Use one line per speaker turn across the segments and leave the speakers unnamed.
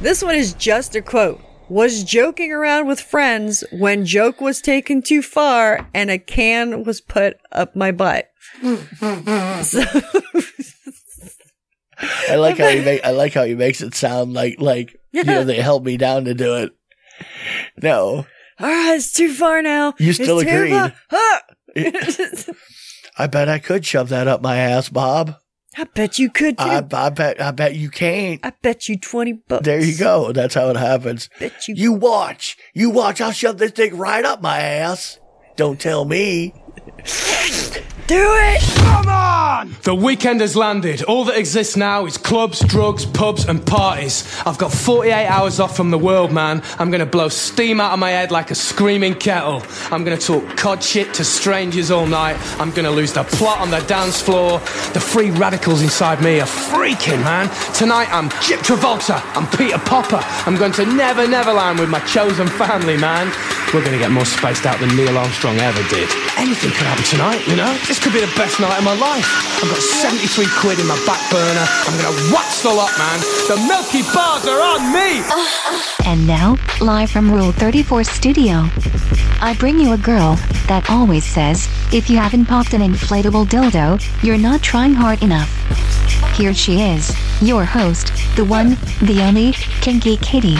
This one is just a quote. Was joking around with friends when joke was taken too far and a can was put up my butt. so
I like how he make, I like how he makes it sound like like you know they held me down to do it. No,
All right, ah, it's too far now.
You
It's
still
too
agreed.
far. Ah!
I bet I could shove that up my ass, Bob.
I bet you could too.
I,
I,
I bet I bet you can't.
bet you twenty bucks.
There you go. That's how it happens.
Bet you.
You watch. You watch. I'll shove this thing right up my ass. Don't tell me.
do it.
The weekend has landed. All that exists now is clubs, drugs, pubs, and parties. I've got 48 hours off from the world, man. I'm gonna blow steam out of my head like a screaming kettle. I'm gonna talk cod shit to strangers all night. I'm gonna lose the plot on the dance floor. The free radicals inside me are freaking, man. Tonight I'm Chip Travolta. I'm Peter Popper. I'm going to Never Neverland with my chosen family, man. We're gonna get more spaced out than Neil Armstrong ever did. Anything could happen tonight, you know? This could be the best night of my life. I've got 73 quid in my back burner. I'm gonna wax the lot, man. The Milky Bars are on me!
And now, live from Rule 34 Studio, I bring you a girl that always says, if you haven't popped an inflatable dildo, you're not trying hard enough. Here she is, your host, the one, the only, Kinky Kitty.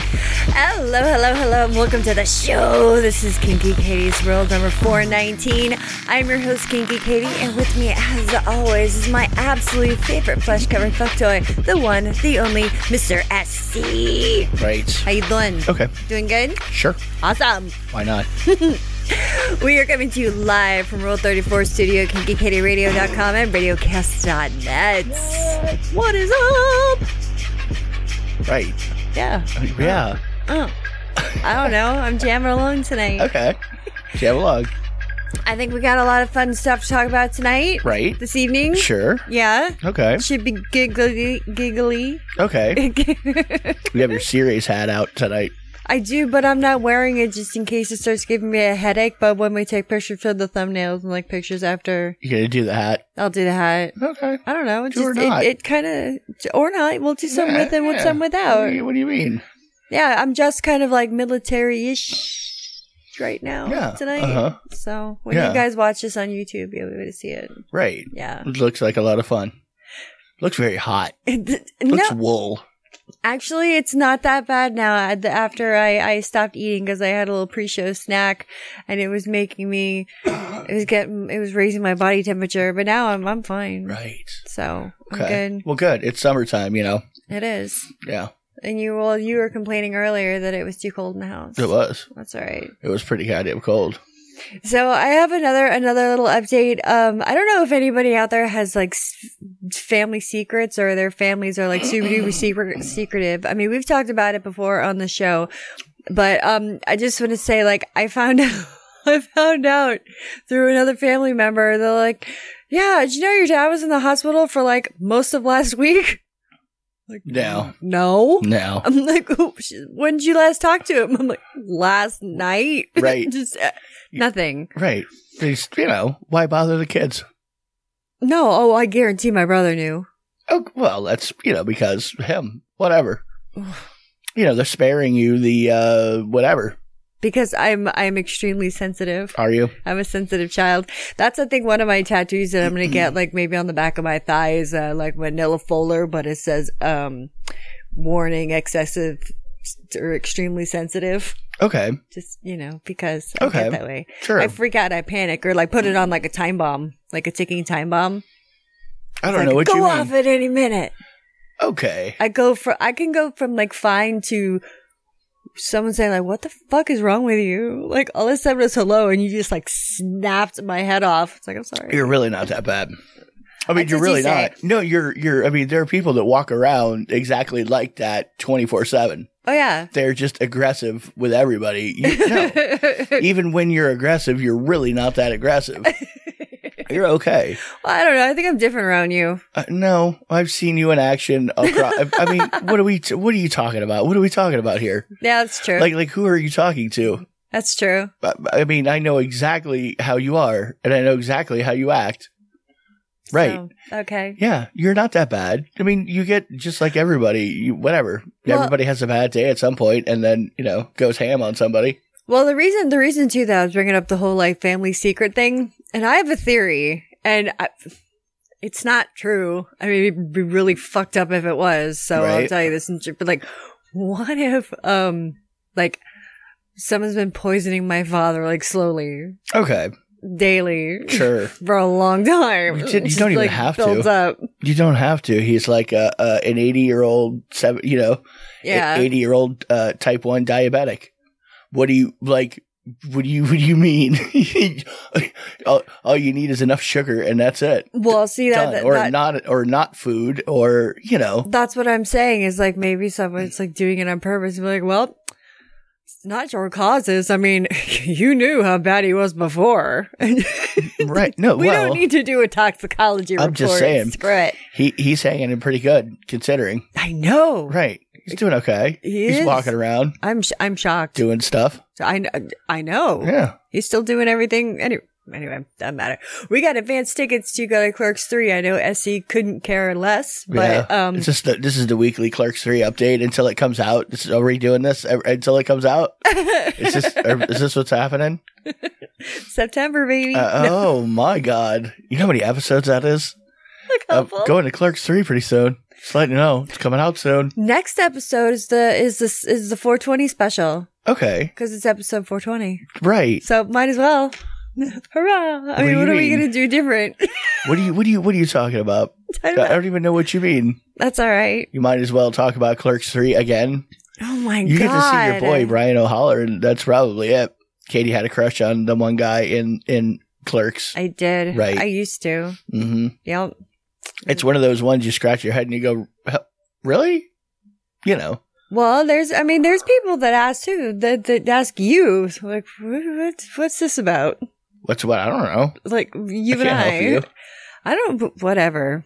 Hello, hello, hello, and welcome to the show. This is Kinky Katie's World number 419. I'm your host, Kinky Katie, and with me, as always, is my absolute favorite flesh covered fuck toy, the one, the only, Mr. SC.
Right.
How you doing?
Okay.
Doing good?
Sure.
Awesome.
Why not?
We are coming to you live from Rule 34 Studio, KinkyKatieRadio.com, and RadioCast.net. What is up?
Right.
Yeah.
Yeah.
Oh. I don't know. I'm jamming along tonight.
Okay. uh, Jam along.
I think we got a lot of fun stuff to talk about tonight.
Right.
This evening.
Sure.
Yeah.
Okay.
Should be giggly, giggly.
Okay. You have your serious hat out tonight.
I do, but I'm not wearing it just in case it starts giving me a headache. But when we take pictures for the thumbnails and like pictures after,
You gonna do the hat?
I'll do the hat.
Okay.
I don't know. It
Do or
just, it,
not.
it kind of, or not. We'll do some with and with
Yeah.
some
What
without.
do you, what do you mean?
Yeah, I'm just kind of like military ish right now
Yeah,
tonight.
uh-huh.
So when
Yeah.
you guys watch this on YouTube, you'll be able to see it.
Right.
Yeah.
It looks like a lot of fun. Looks very hot. Looks
no,
wool.
actually, it's not that bad now. I- the- After I, I stopped eating because I had a little pre show snack and it was making me, it was getting, it was raising my body temperature, but now I'm, I'm fine.
Right.
So I'm
Okay.
good.
Well, good. It's summertime, you know.
It is.
Yeah.
And you, well, you were complaining earlier that it was too cold in the house.
It was.
That's all right.
It was pretty goddamn cold.
So I have another another little update. Um, I don't know if anybody out there has like s- family secrets or their families are like super duper secret secretive. I mean, we've talked about it before on the show, but um, I just want to say like I found out I found out through another family member. They're like, "Yeah, did you know your dad was in the hospital for like most of last week?"
No.
No.
No.
I'm like, "Oh, sh- when did you last talk to him? I'm like, last night.
Right.
just uh, nothing.
Right. It's, you know, why bother the kids?
No, oh, I guarantee my brother knew.
Oh, well, that's, you know, because him, whatever. you know, they're sparing you the, uh, whatever.
Because I'm I'm extremely sensitive.
Are you?
I'm a sensitive child. That's I think one of my tattoos that I'm gonna get like maybe on the back of my thigh is uh, like manila folder, but it says um warning excessive or extremely sensitive.
Okay.
Just you know because I
Okay.
get that way.
Sure.
I freak out, I panic, or like put it on like a time bomb, like a ticking time bomb.
I don't
Like,
know what
go
you
off
mean.
at any minute.
Okay.
I go for I can go from like fine to someone saying like what the fuck is wrong with you? Like all I said was hello and you just like snapped my head off. It's like I'm sorry.
You're really not that bad. I mean,
That's
you're
what you
really
say.
not. No, you're, you're, I mean, there are people that walk around exactly like that 24 7.
oh yeah.
They're just aggressive with everybody. You, no. Even when you're aggressive, you're really not that aggressive. you're okay.
Well, I don't know. I think I'm different around you.
Uh, no, I've seen you in action. Across, I, I mean, what are we? T- what are you talking about? What are we talking about here?
Yeah, that's true.
Like, like who are you talking to?
that's true.
I, I mean, I know exactly how you are, and I know exactly how you act. Right.
So, okay.
Yeah, you're not that bad. I mean, you get just like everybody, you, whatever.
Well-
everybody has a bad day at some point and then, you know, goes ham on somebody.
Well, the reason the reason too that I was bringing up the whole like family secret thing, and I have a theory, and I, it's not true. I mean, it'd be really fucked up if it was. So I'll
Right.
tell you this, in- but like, what if um like someone's been poisoning my father like slowly,
Okay,
daily,
sure.
for a long time?
You did- you
It's
don't even
like,
have to.
builds Up.
you don't have to. He's like a, a an 80 year old, seven, you know,
Yeah.
80 year old uh, type 1 diabetic. What do you like? What do you what do you mean? all, all you need is enough sugar and that's it.
well, see that,
Done.
that,
or
that-
not or not food or you know
that's what I'm saying is like maybe someone's like doing it on purpose. Be like, well, it's not your causes. I mean, you knew how bad he was before. we
right. No, well
don't need to do a toxicology report.
I'm just saying.
Screw it.
he he's hanging in pretty good considering.
I know.
Right, he's doing okay.
He
he's
is.
walking around
I'm sh- I'm shocked.
doing stuff.
I kn- I know.
Yeah.
He's still doing everything. Anyway, anyway, doesn't matter. We got advanced tickets to go to Clerks Three. I know SE couldn't care less, but
yeah.
um,
it's just the, this is the weekly Clerks three update until it comes out. This is, are we doing this ev- until it comes out? is this are, is this what's happening?
September baby,
Uh, Oh my god! You know how many episodes that is?
a
Uh,
couple.
going to Clerks three pretty soon. Just letting you know it's coming out soon.
Next episode is the is this is the 420 special.
Okay,
Because it's episode 420.
right.
So might as well. Hurrah. I
do
mean,
you
what are we
mean?
going to do different?
What do you what do you what are you talking about?
I
I
don't know.
don't even know what you mean.
That's all right.
You might as well talk about Clerks three again.
Oh my God.
You get to see your boy Brian O'Holler, and that's probably it. Katie had a crush on the one guy in in Clerks.
I did.
Right.
I used to.
hmm
Yep.
It's one of those ones you scratch your head and you go, "Huh, really? You know,
Well, there's, I mean, there's people that ask too, that, that ask you, like, what, what- what's this about?
what's what? I don't know.
Like, you
I
and
can't
I.
help you.
I don't, but whatever.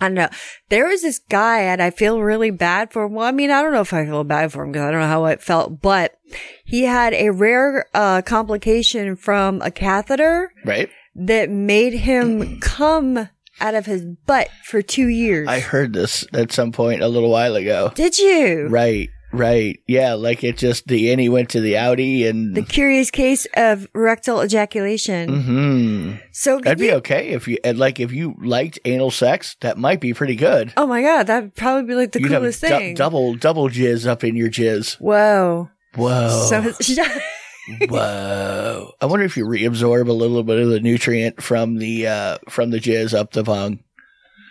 I don't know. There was this guy, and I feel really bad for him. Well, I mean, I don't know if I feel bad for him because I don't know how it felt, but he had a rare uh, complication from a catheter
Right?
that made him come out of his butt for two years.
I heard this at some point a little while ago.
Did you?
Right, right. Yeah, like it just, the innie went to the outie and.
The curious case of rectal ejaculation.
hmm
So,
That'd be
you-
okay if you, and like if you liked anal sex, that might be pretty good.
oh my god, that'd probably be like the
You'd have
coolest
du-
thing.
double, double jizz up in your jizz.
Whoa.
Whoa.
So,
whoa. I wonder if you reabsorb a little bit of the nutrient from the, uh, from the jizz up the bung.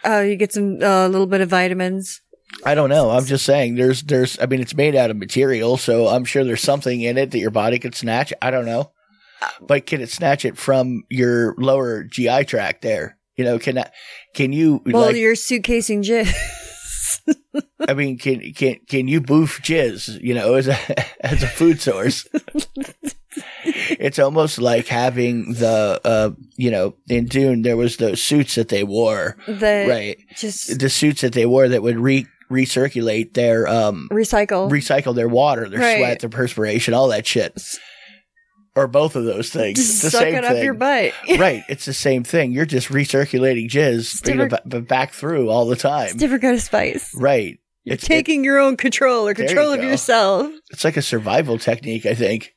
oh, you get some, a little bit of vitamins.
I don't know. I'm just saying there's there's I mean it's made out of material, so I'm sure there's something in it that your body could snatch. I don't know. But can it snatch it from your lower GI tract there? You know, can I, can you
Well,
like
you're suitcasing jizz.
I mean can can can you boof jizz, you know, as a as a food source? it's almost like having the uh you know, in Dune there was those suits that they wore.
the
Right.
just
The suits that they wore that would re recirculate their um
recycle.
recycle their water, their
Right.
sweat, their perspiration, all that shit. Or both of those things.
just
It's the
suck
same
it up
thing.
your butt.
right. It's the same thing. You're just recirculating jizz you know,
different-
ba- ba- back through all the time.
It's different kind of spice.
right. It's, it-
Taking your own control or
There you
control of
go.
yourself.
it's like a survival technique, I think.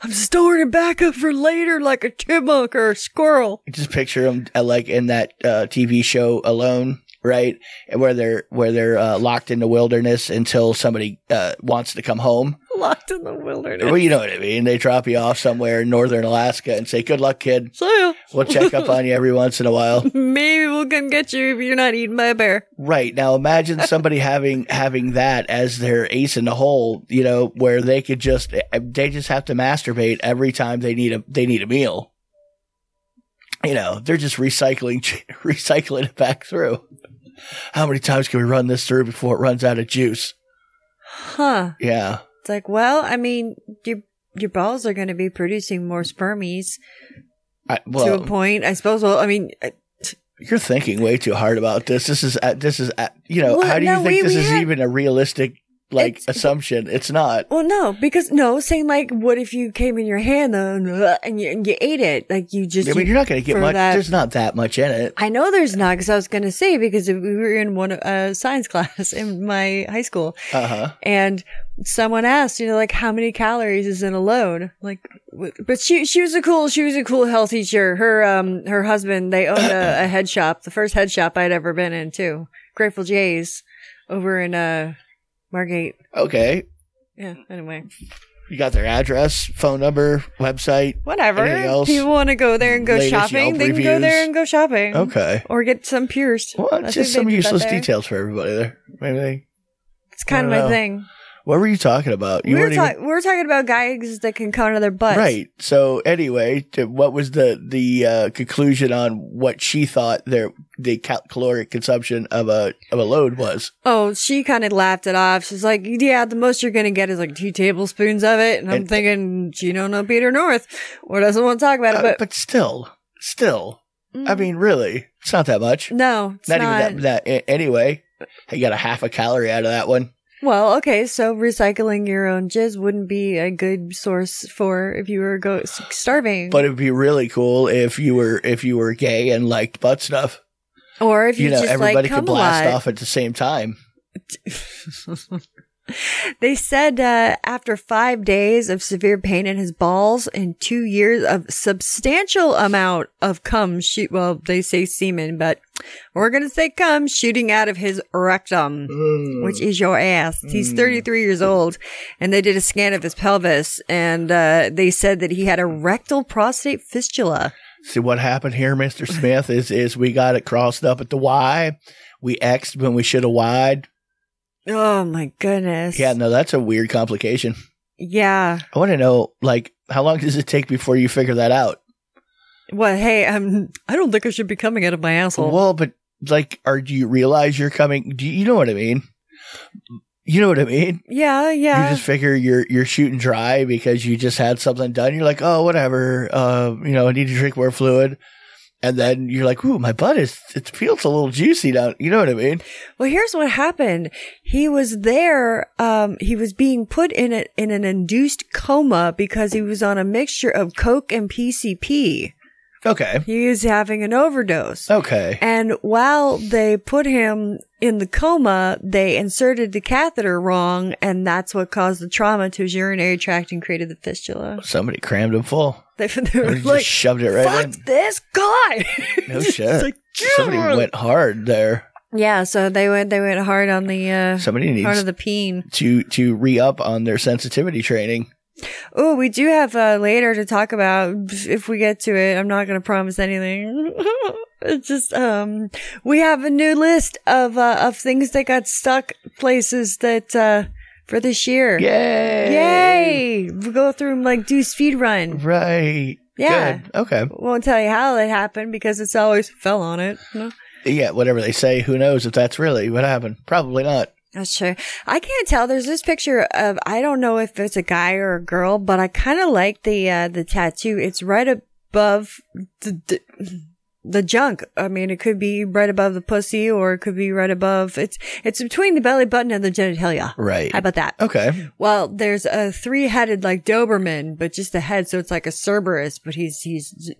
I'm storing it back up for later like a chipmunk or a squirrel.
You Just picture them uh, like in that uh, TV show Alone, right? And Where they're where they're uh, locked in the wilderness until somebody uh, wants to come home.
Locked in the wilderness.
Well, you know what I mean. They drop you off somewhere in northern Alaska and say, "Good luck, kid.
So
We'll check up on you every once in a while."
maybe we'll come get you if you're not eating my bear.
Right. Now imagine somebody having having that as their ace in the hole, you know, where they could just they just have to masturbate every time they need a they need a meal. You know, they're just recycling recycling it back through. How many times can we run this through before it runs out of juice?
Huh.
Yeah.
It's like, well, I mean, your your balls are going to be producing more spermies
I,
to a
well,
point, I suppose. Well, I mean, I-
you're thinking way too hard about this. This is uh, this is uh, you know,
Well,
how do you
no,
think
we-
this
we
is
had-
even a realistic like
It's-
assumption. It's not.
Well, no, because no, saying like, what if you came in your hand though, and, uh, and you, and you ate it? Like you just.
I mean, you're not going to get
for
much.
that-
There's not that much in it.
I know there's not because I was going to say because we were in one uh, science class in my high school,
Uh huh.
and someone asked, you know, like how many calories is in a load? Like, w- but she she was a cool she was a cool health teacher. Her um her husband they owned a, a head shop, the first head shop I'd ever been in too, Grateful J's, over in uh Margate.
Okay.
Yeah. Anyway,
You got their address, phone number, website.
whatever.
Anything else?
People want to go there and go
Latest
shopping.
Yelp
They can go there
reviews?
and go shopping.
Okay.
Or get some pierced.
Well,
I think
just
they
some
did that
useless
there.
details for everybody there. Maybe. They,
It's kind of
I
my
don't know.
thing.
what were you talking about?
we
You
were
weren't even-
talking. we were talking about guys that can count on their butts.
Right. So anyway, to- what was the the uh, conclusion on what she thought their the cal- caloric consumption of a of a load was?
Oh, she kind of laughed it off. She's like, "Yeah, the most you're gonna get is like two tablespoons of it." And I'm
And-
thinking, she don't know Peter North or doesn't want to talk about
Uh,
it.
but,
But,
still, still, I mean, really, it's not that much.
no, it's
not,
not.
even that. that a- anyway, you got a half a calorie out of that one.
Well, okay, so recycling your own jizz wouldn't be a good source for if you were go starving,
But it would be really cool if you were if you were gay and liked butt stuff.
or if you,
You know,
just
everybody
like
could
come
blast
a lot.
off at the same time.
They said uh, after five days of severe pain in his balls and two years of substantial amount of cum shoot, well, they say semen, but we're gonna say cum shooting out of his rectum,
Mm.
which is your ass. He's 33 years old, and they did a scan of his pelvis, and uh, they said that he had a rectal prostate fistula.
See what happened here, Mister Smith, is is we got it crossed up at the Y. We X'd when we should have Y'd.
Oh my goodness!
Yeah, no, that's a weird complication.
yeah.
I want to know, like, how long does it take before you figure that out?
Well, hey, um, I don't think I should be coming out of my asshole.
Well, but like, or do you realize you're coming? Do you, you know what I mean? You know what I mean?
Yeah, yeah.
You just figure you're you're shooting dry because you just had something done. You're like, oh, whatever. Uh, you know, I need to drink more fluid, and then you're like, ooh, my butt is it feels a little juicy down. You know what I mean?
Well, here's what happened. He was there. Um, he was being put in a, in an induced coma because he was on a mixture of coke and PCP.
Okay,
He is having an overdose.
okay.
And while they put him in the coma, they inserted the catheter wrong, and that's what caused the trauma to his urinary tract and created the fistula.
Somebody crammed him full.
They, they
Or
were
just
like,
shoved it right
"Fuck
in."
this guy!"
No
It's
shit.
like,
Somebody
"Yeah."
went hard there.
Yeah, so they went they went hard on the uh,
Somebody needs
hard on the peen.
to to re up on their sensitivity training.
Oh, we do have uh, later to talk about if we get to it. I'm not going to promise anything. it's just um, we have a new list of uh, of things that got stuck places that uh, for this year.
Yay!
Yay! We go through them like do speed run.
Mm-hmm. Right.
Yeah.
Good. Okay.
Won't tell you how it happened because it's always fell on it. No.
Yeah. Whatever they say, who knows if that's really what happened? Probably not.
That's true. I can't tell. There's this picture of I don't know if it's a guy or a girl, but I kind of like the uh, the tattoo. It's right above the, the the junk. I mean, it could be right above the pussy, or it could be right above. It's it's between the belly button and the genitalia.
Right.
How about that?
Okay.
Well, there's a three-headed like Doberman, but just a head, so it's like a Cerberus, but he's he's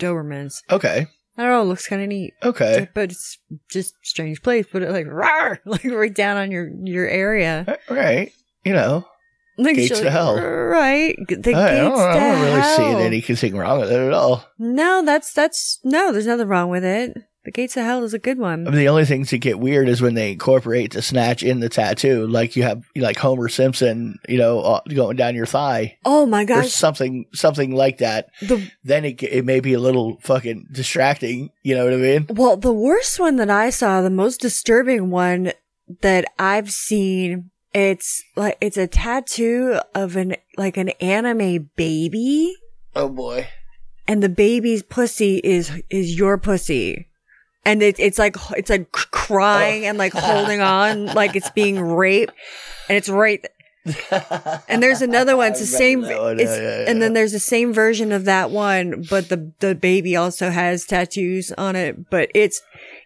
Doberman's.
Okay.
I don't know. It looks kind of neat
Okay.
but it's just strange place. But it like rawr, like right down on your your area.
All right. You know,
Like,
Gates
she'll-
to hell.
right? The gates
I don't, I
to
don't really
hell.
see it anything wrong with it at all.
No, that's that's no. There's nothing wrong with it. The gates of hell is a good
I
one.
mean, the only things that get weird is when they incorporate the snatch in the tattoo, like you have like Homer Simpson, you know, uh, going down your thigh
Oh my
or
gosh,
something, something like that.
the
Then it ge- it may be a little fucking distracting. You know what I mean?
Well, the worst one that I saw, the most disturbing one that I've seen, it's like it's a tattoo of an like an anime baby,
Oh boy.
and the baby's pussy is is your pussy, and it, it's like it's like c- crying and like
Oh.
holding on, like it's being raped, and it's right. And there's another one. It's the same.
that one.
it's-
Yeah, yeah,
And
yeah.
then there's the same version of that one, but the the baby also has tattoos on it. But it's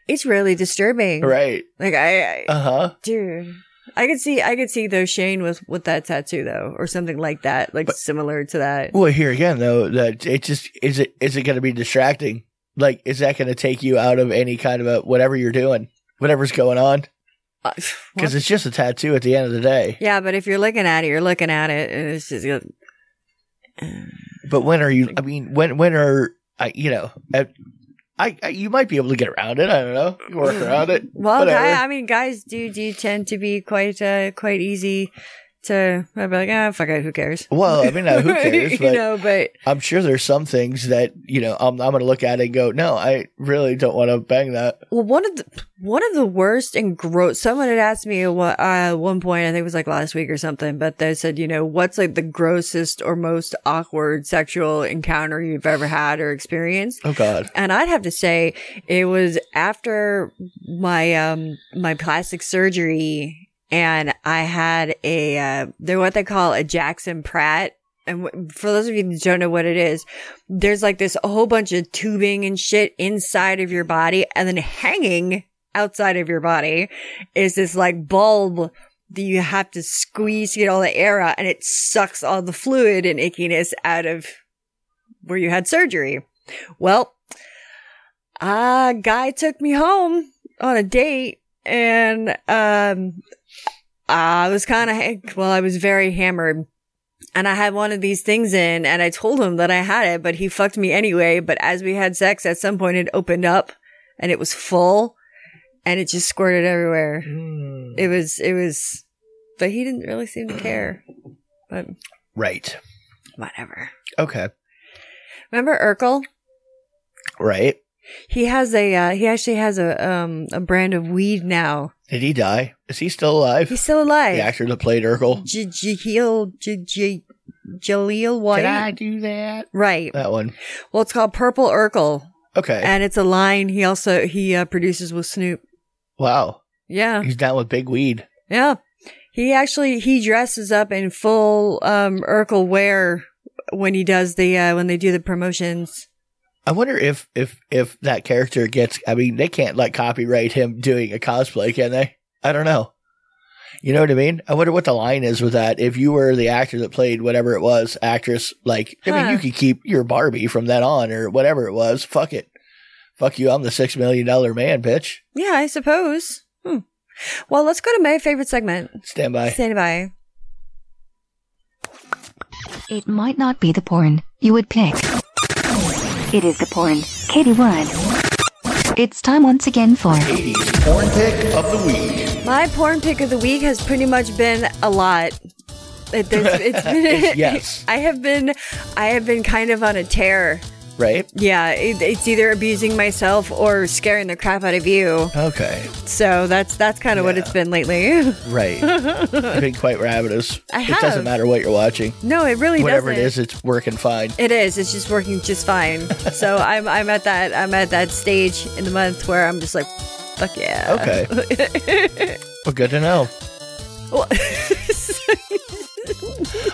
it's really disturbing.
Right.
Like I, I
Uh huh.
dude, I could see, I could see though Shane was with that tattoo though, or something like that, like similar to that.
Well, here again though, that it just is it is it going to be distracting? Like, is that going to take you out of any kind of a whatever you're doing, whatever's going on?
Uh,
Because it's just a tattoo at the end of the day.
yeah, but if you're looking at it, you're looking at it, and it's just
But when are you? I mean, when when are I? You know, I, I, I you might be able to get around it. I don't know. You Work around it.
well,
Whatever.
guy, I mean, guys do do tend to be quite uh quite easy to. I'd be like, ah, fuck it, who cares?
well, I mean, uh, who cares?
you
But
know, but
I'm sure there's some things that you know I'm, I'm going to look at it and go, no, I really don't want to bang that.
Well, one of the one of the worst and gross. Someone had asked me at one- uh, one point, I think it was like last week or something, but they said, you know, what's like the grossest or most awkward sexual encounter you've ever had or experienced?
Oh God.
And I'd have to say it was after my um my plastic surgery, and I had a uh, they're what they call a Jackson Pratt. And w- for those of you that don't know what it is, there's like this whole bunch of tubing and shit inside of your body, and then hanging outside of your body is this like bulb that you have to squeeze to get all the air out, and it sucks all the fluid and ickiness out of where you had surgery. Well, a guy took me home on a date and um I was kind of well I was very hammered and I had one of these things in and I told him that I had it but he fucked me anyway but as we had sex at some point it opened up and it was full and it just squirted everywhere. It was it was but he didn't really seem to care. But
Right.
whatever.
Okay.
Remember Urkel?
Right.
He has a uh, he actually has a um a brand of weed now.
Did he die? Is he still alive?
He's still alive.
the actor that played Urkel.
J- Jahil J- J- Jaleel White.
do that?
Right.
That one.
Well, it's called Purple Urkel,
Uh, Okay.
and it's a line he also he uh, produces with Snoop.
wow.
Yeah,
He's down with big weed.
yeah. He actually he dresses up in full um Urkel wear when he does the uh, when they do the promotions.
I wonder if if if that character gets. I mean, they can't like copyright him doing a cosplay, can they? I don't know. You know what I mean? I wonder what the line is with that. If you were the actor that played whatever it was, actress, like I mean,
Huh.
you could keep your Barbie from then on or whatever it was. Fuck it. Fuck you. I'm the six million dollar man, bitch.
Yeah, I suppose. Hmm. Well, let's go to my favorite segment.
Stand by.
Stand by.
It might not be the porn you would pick. It is the porn Katie would. It's time once again for
80s porn pick of the week.
My porn pick of the week has pretty much been a lot. It, there's- it's been,
Yes.
I have been, I have been kind of on a tear.
Right?
Yeah, it, it's either abusing myself or scaring the crap out of you.
Okay.
So that's that's kind of what it's been lately.
Right. I've been quite ravenous.
I
It doesn't
have.
matter what you're watching.
no, it really
Whatever it
doesn't.
is, it's working fine.
It is. It's just working just fine. so I'm I'm at that I'm at that stage in the month where I'm just like, fuck yeah.
Okay. well, good to know.
Well,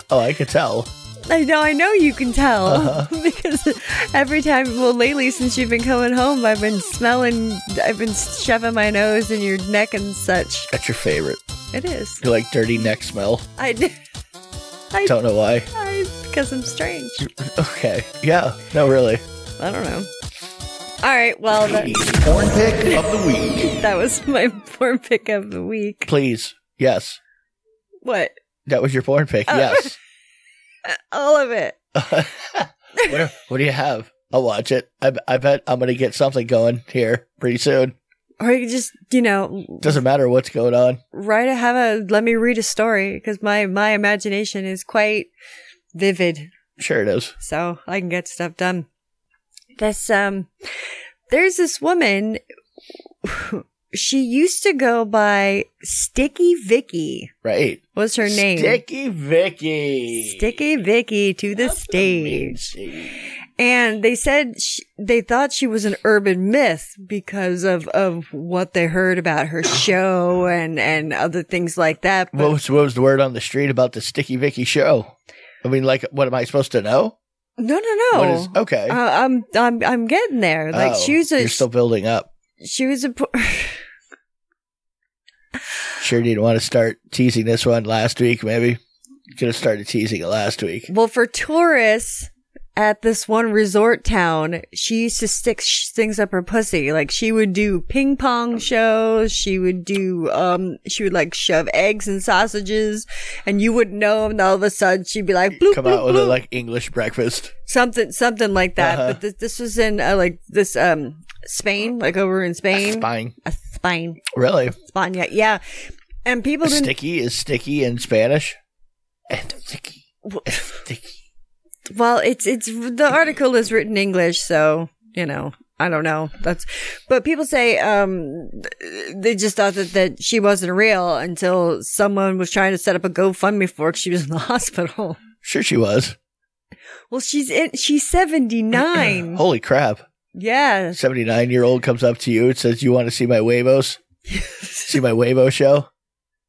Oh, I could tell.
I know, I know you can tell
Uh-huh.
because every time, well, lately since you've been coming home, I've been smelling, I've been shoving my nose in your neck and such.
That's your favorite.
It is.
You like dirty neck smell.
I, I,
Don't know why.
I, because I'm strange.
Okay. Yeah. No, really.
I don't know. All right, well, that,
Porn pick of the week.
that was my porn pick of the week.
Please. Yes.
What?
That was your porn pick.
Oh.
Yes.
All of it.
what, what do you have? I'll watch it. I, I bet I'm going to get something going here pretty soon.
Or you could just, you know,
Doesn't matter what's going on.
write a, have a, let me read a story because my, my imagination is quite vivid.
Sure it is.
so I can get stuff done. This um, there's this woman. She used to go by Sticky Vicky.
Right.
Was her name
Sticky Vicky.
Sticky Vicky to the stage? And they said she, they thought she was an urban myth because of of what they heard about her show and and other things like that. But
What was, what was the word on the street about the Sticky Vicky show? I mean, like, what am I supposed to know?
no, no,
What
no.
is, okay.
Uh, I'm I'm I'm getting there. Like
Oh,
she was a
You're still building up.
she was a. por-
Sure didn't want to start teasing this one last week, maybe. Could have started teasing it last week.
Well, for tourists at this one resort town, she used to stick sh- things up her pussy. Like she would do ping pong shows. She would do, um, she would like shove eggs and sausages and you wouldn't know. And all of a sudden she'd be like, bloop,
Come
bloop,
out with a
bloop.
like English breakfast.
something, something like that.
Uh-huh.
But th- this was in uh, like this, um, Spain, like over in Spain.
Spine.
A Spain.
Really?
Spania. Yeah. And people didn't
Sticky is sticky in Spanish. And sticky. Sticky.
Well, it's it's the article is written in English, so you know I don't know. That's but people say um th- they just thought that that she wasn't real until someone was trying to set up a GoFundMe for her 'cause she was in the hospital.
Sure she was.
Well, she's in she's seventy nine.
Holy crap.
yeah,
79 year old comes up to you and says, You want to see my Huevos? see my Huevo show?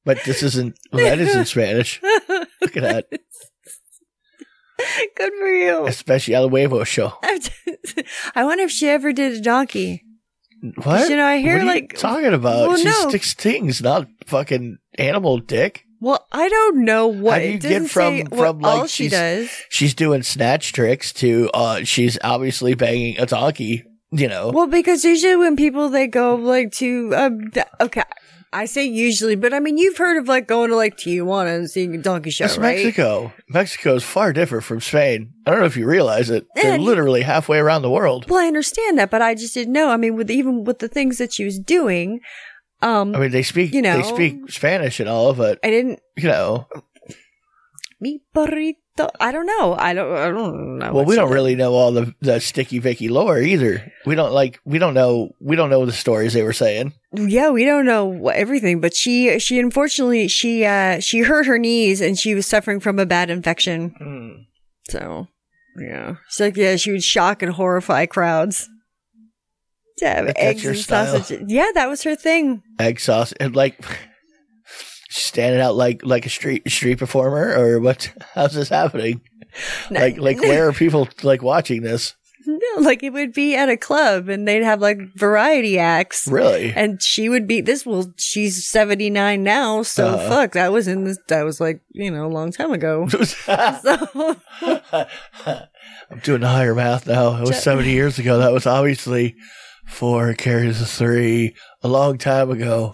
But this isn't, well, that is in Spanish. Look at that.
good for you.
Especial Huevo show.
I wonder if she ever did a donkey.
What?
You know, I hear,
What are you
like-
talking about.
Well,
she
no.
sticks things, not fucking animal dick.
Well, I don't know what
How do
it
you get
doesn't
from-
say
from,
what
like,
all she
she's-
does.
She's doing snatch tricks to, uh, she's obviously banging a donkey, you know.
Well, because usually when people they go like to um, th- okay, I say usually, but I mean you've heard of like going to like Tijuana and seeing a donkey show,
That's
right?
Mexico. Mexico is far different from Spain. I don't know if you realize it. They're
And-
literally halfway around the world.
Well, I understand that, but I just didn't know. I mean, with even with the things that she was doing, um,
I mean, they speak
You know.
they speak Spanish and all, but
I didn't
you know,
meet burrito. I don't know. I don't. I don't know.
well,
what
we
she
don't
did.
really know all the the sticky Vicky lore either. We don't like we don't know we don't know the stories they were saying.
yeah we don't know wha- everything but she she unfortunately she uh she hurt her knees and she was suffering from a bad infection
Hmm.
so yeah she's like yeah she would shock and horrify crowds to have
Like, that's
eggs
your
and
style.
sausage yeah that was her thing
Egg sauce and like standing out like like a street street performer or what? How's this happening?
No.
Like like where are people like watching this?
no, like it would be at a club and they'd have like variety acts
Really?
and she would be this well she's 79 now so
Uh-huh.
fuck that was in this that was like you know a long time ago so
I'm doing the higher math now. It was 70 years ago. That was obviously four carries a three a long time ago.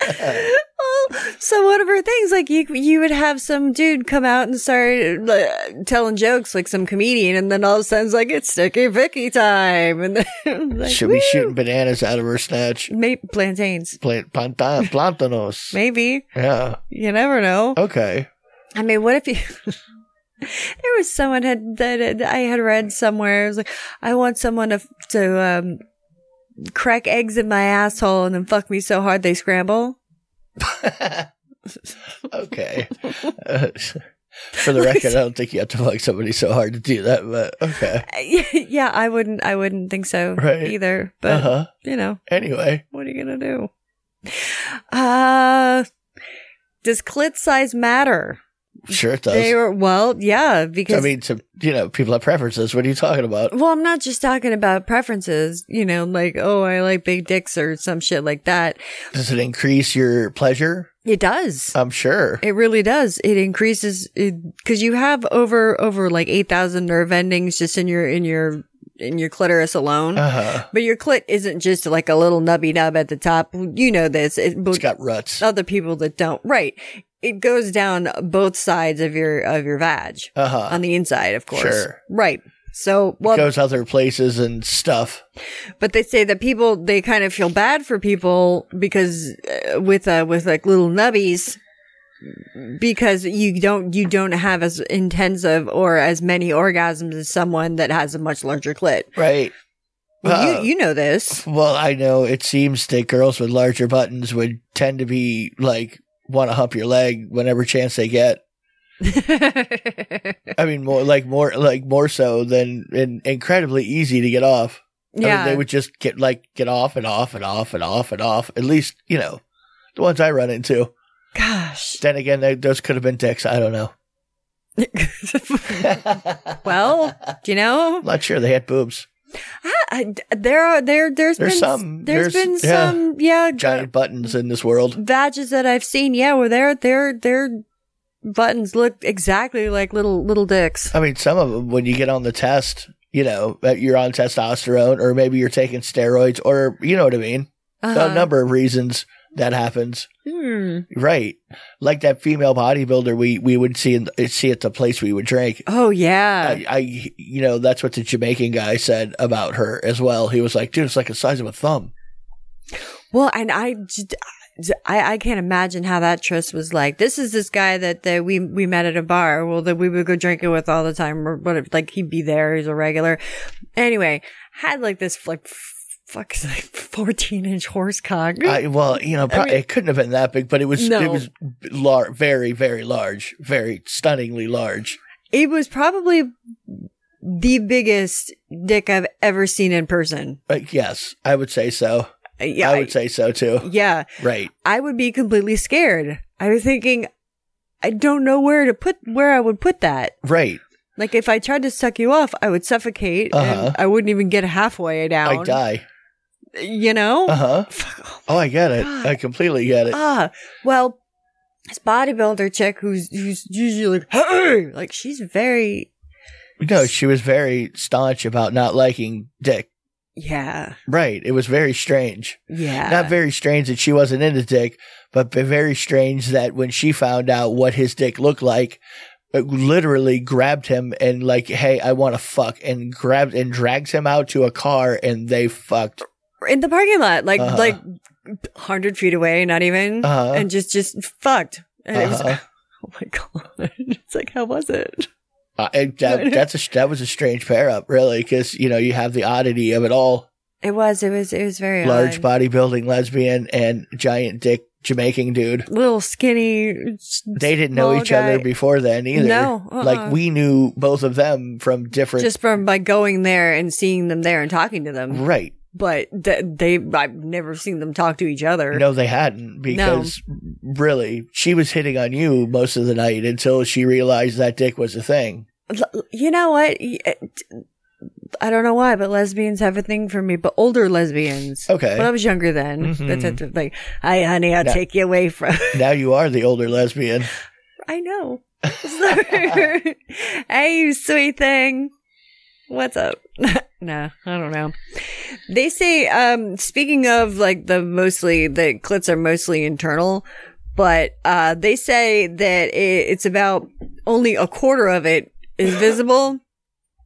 Well, so one of her things, like you, you would have some dude come out and start uh, telling jokes, like some comedian, and then all of a sudden it's like it's Sticky Vicky time, and then like,
Should be shooting bananas out of her snatch.
maybe plantains,
Plant planta, plantanos.
maybe
Yeah.
you never know.
Oh. Okay.
I mean, what if you? there was someone had that had- I had read somewhere. It was like, I want someone to to um, crack eggs in my asshole and then fuck me so hard they scramble.
Okay. Uh, for the record, I don't think you have to fuck somebody so hard to do that, but okay.
yeah, I wouldn't. I wouldn't think so
Right.
either. But
Uh huh.
you know,
Anyway,
what are you gonna do? Uh does clit size matter?
sure it
They
does.
were well, yeah, because
I mean, to, you know, people have preferences. What are you talking about?
well, I'm not just talking about preferences, you know, like oh, I like big dicks or some shit like that.
Does it increase your pleasure?
It does.
I'm sure.
It really does. It increases because you have over over like eight thousand nerve endings just in your in your in your clitoris alone.
Uh huh.
but your clit isn't just like a little nubby nub at the top. You know this. It,
It's got ruts.
other people that don't. Right. It goes down both sides of your of your vag
Uh huh.
on the inside, of course.
Sure.
Right. So well,
Goes other places and stuff.
but they say that people they kind of feel bad for people because uh, with uh with like little nubbies because you don't you don't have as intensive or as many orgasms as someone that has a much larger clit.
Right.
Well,
Uh,
you you know this.
Well, I know it seems that girls with larger buttons would tend to be like want to hump your leg whenever chance they get. I mean, more like more like more so than and incredibly easy to get off. I
yeah.
mean, they would just get like get off and off and off and off and off. At least you know the ones I run into.
Gosh.
Then again, they, those could have been dicks. I don't know.
well, you know,
I'm not sure they had boobs.
I, I, there are there there's,
There's
been
some.
there's
There's-
been
yeah.
some yeah
Giant buttons in this world.
badges that I've seen yeah where their their their buttons look exactly like little little dicks.
I mean, some of them, when you get on the test, you know, that you're on testosterone or maybe you're taking steroids or, you know what I mean?
Uh-huh.
A number of reasons that happens.
Hmm.
Right. Like that female bodybuilder we, we would see, in, see at the place we would drink.
Oh yeah.
I, I, you know, that's what the Jamaican guy said about her as well. He was like, dude, it's like the size of a thumb.
well, and I, j- I I can't imagine how that tryst was like. This is this guy that, that we we met at a bar. Well, that we would go drinking with all the time, or whatever. Like he'd be there. He's a regular. Anyway, had like this like f- fuck it's like fourteen inch horse cock.
I, well, you know, pro- it couldn't have been that big, but it was,
No.
it was lar- very, very large, very stunningly large.
it was probably the biggest dick I've ever seen in person. Uh,
Like, yes, I would say so.
Yeah,
I would say so too.
yeah.
Right.
I would be completely scared. I was thinking, I don't know where to put where I would put that.
Right.
Like if I tried to suck you off, I would suffocate
Uh-huh.
and I wouldn't even get halfway down.
I die.
You know?
Uh huh.
Fuck.
Oh, I get it. I completely get it.
Ah, well, this bodybuilder chick who's who's usually like, "Hey!" like she's very
No, she was very staunch about not liking dick.
yeah
Right. It was very strange.
yeah
Not very strange that she wasn't into dick, but b- very strange that when she found out what his dick looked like, it literally grabbed him and like, hey, I want to fuck, and grabbed and drags him out to a car, and they fucked.
in the parking lot, like
Uh-huh.
like hundred feet away, not even,
Uh-huh.
and just just fucked. And it was,
Uh-huh.
oh my god! It's like how was it?
Uh, and that, that's a that was a strange pair up, really, because you know you have the oddity of it all.
It was it was it was very
large
odd.
bodybuilding lesbian and giant dick Jamaican dude.
little skinny.
They didn't know
small
each other
guy.
before then either.
No, uh-uh.
Like we knew both of them from different
Just from by going there and seeing them there and talking to them,
right.
but th- they I've never seen them talk to each other.
No, they hadn't because really she was hitting on you most of the night until she realized that dick was a thing.
L- You know what? Y- it- I don't know why, but lesbians have a thing for me. But older lesbians,
Okay. Mm-hmm.
But I was younger then. That's it. Like, hi, honey, I'll
Yeah.
take you away from.
Now you are the older lesbian.
I know. hey, you sweet thing. What's up? no, I don't know. They say, um, speaking of like the mostly, the clits are mostly internal, but, uh, they say that it, it's about only a quarter of it is visible,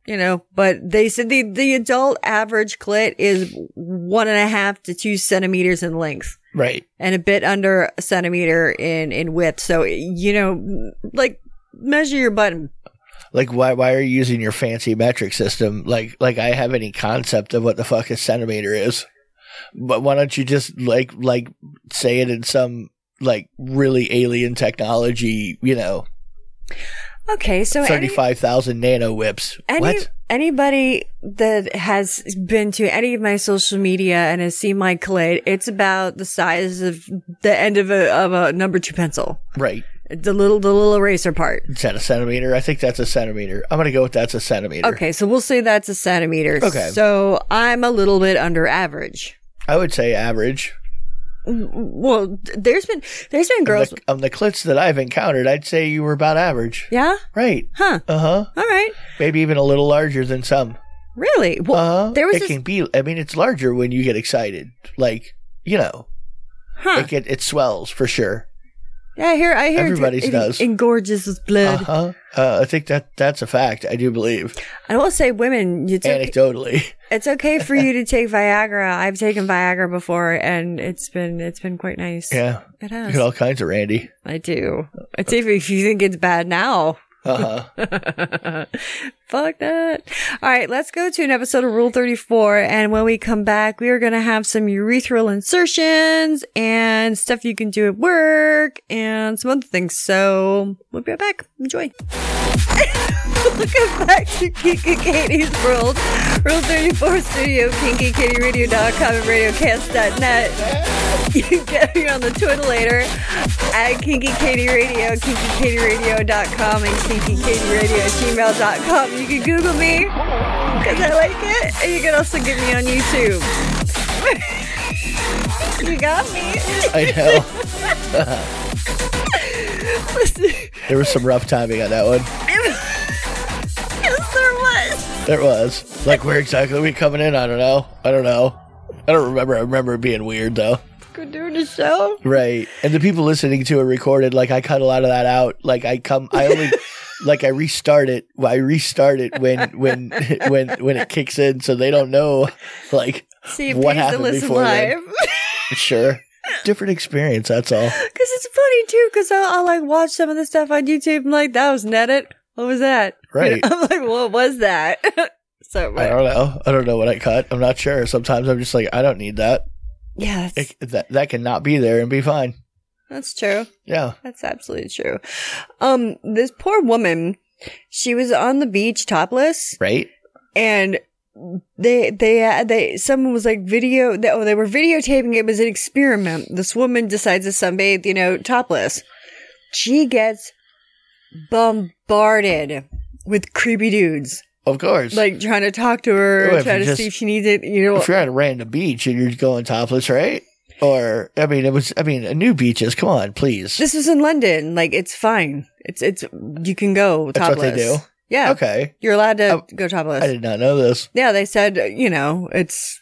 you know, but they said the, the adult average clit is one and a half to two centimeters in length
Right.
and a bit under a centimeter in in width. So you know, like measure your button.
Like why why are you using your fancy metric system? Like like I have any concept of what the fuck a centimeter is. But why don't you just like like say it in some like really alien technology, you know,
Okay, so
thirty
any,
five thousand nano whips.
any
what?
anybody that has been to any of my social media and has seen my clit, it's about the size of the end of a of a number two pencil,
Right.
the little the little eraser part.
Is that a centimeter? I think that's a centimeter. I'm gonna go with that's a centimeter.
Okay, so we'll say that's a centimeter.
Okay.
so I'm a little bit under average.
I would say average.
Well, there's been there's been
On
girls,
the, on the clits that I've encountered, I'd say you were about average.
yeah,
Right.
huh?
Uh huh.
All right,
Maybe even a little larger than some.
really? Well,
Uh,
there was
it
this-
can be. I mean, it's larger when you get excited. Like you know,
Huh.
it get, it swells for sure.
Yeah, I hear. I hear.
Everybody's
it,
does.
It engorges with
Uh
blood.
huh. Uh, I think that that's a fact. I do believe
I will say, women, you take,
anecdotally.
it's okay for you to take Viagra. I've taken Viagra before, and it's been it's been quite nice.
Yeah,
it
you
has.
get all kinds of Randy.
I do. It's even if you think it's bad now.
Uh huh.
Fuck that. All right, let's go to an episode of Rule 34. And when we come back, we are going to have some urethral insertions and stuff you can do at work and some other things. So we'll be right back. Enjoy. Welcome back to Kinky Katie's World. Rule 34 Studio, KinkyKatieRadio.com and RadioCast.net. You can get me on the Twitter later at Kinky Katie Radio, KinkyKatieRadio.com and KinkyKatieRadio at gmail.com. You can Google me because I like it. And you can also get me on YouTube. you got me.
I know. There was some rough timing on that one.
yes, there was.
There was. Like, where exactly are we coming in? I don't know. I don't know. I don't remember. I remember it being weird, though.
We're doing a show.
Right. And the people listening to it recorded, like, I cut a lot of that out. Like, I come, I only. Like I restart it, I restart it when when when when it kicks in, so they don't know. Like,
See,
What
what please to
happened
listen
before then?
live.
sure, different experience. That's all.
Because it's funny too. Because I'll, I'll like watch some of the stuff on YouTube. I'm like, that was netted. What was that?
Right.
I'm like, what was that? so
I don't know. I don't know what I cut. I'm not sure. Sometimes I'm just like, I don't need that.
yeah, that's,
It, that that can not be there and be fine.
that's true.
Yeah.
That's absolutely true. Um, this poor woman, she was on the beach topless,
Right.
and they they uh, they someone was like video. They, oh, they were videotaping it. it was an experiment. This woman decides to sunbathe, you know, topless. She gets bombarded with creepy dudes.
Of course.
like trying to talk to her,
Well, if
trying
you
to
just-
see if she needs it. You know,
if you're at a random beach and you're going topless, right? Or I mean, it was. I mean, new beaches. Come on, please.
this was in London. Like it's fine. It's it's you can go
That's
topless.
what they do?
Yeah,
okay.
you're allowed to
Oh,
go
I
topless.
did not know this.
Yeah, they said uh, you know it's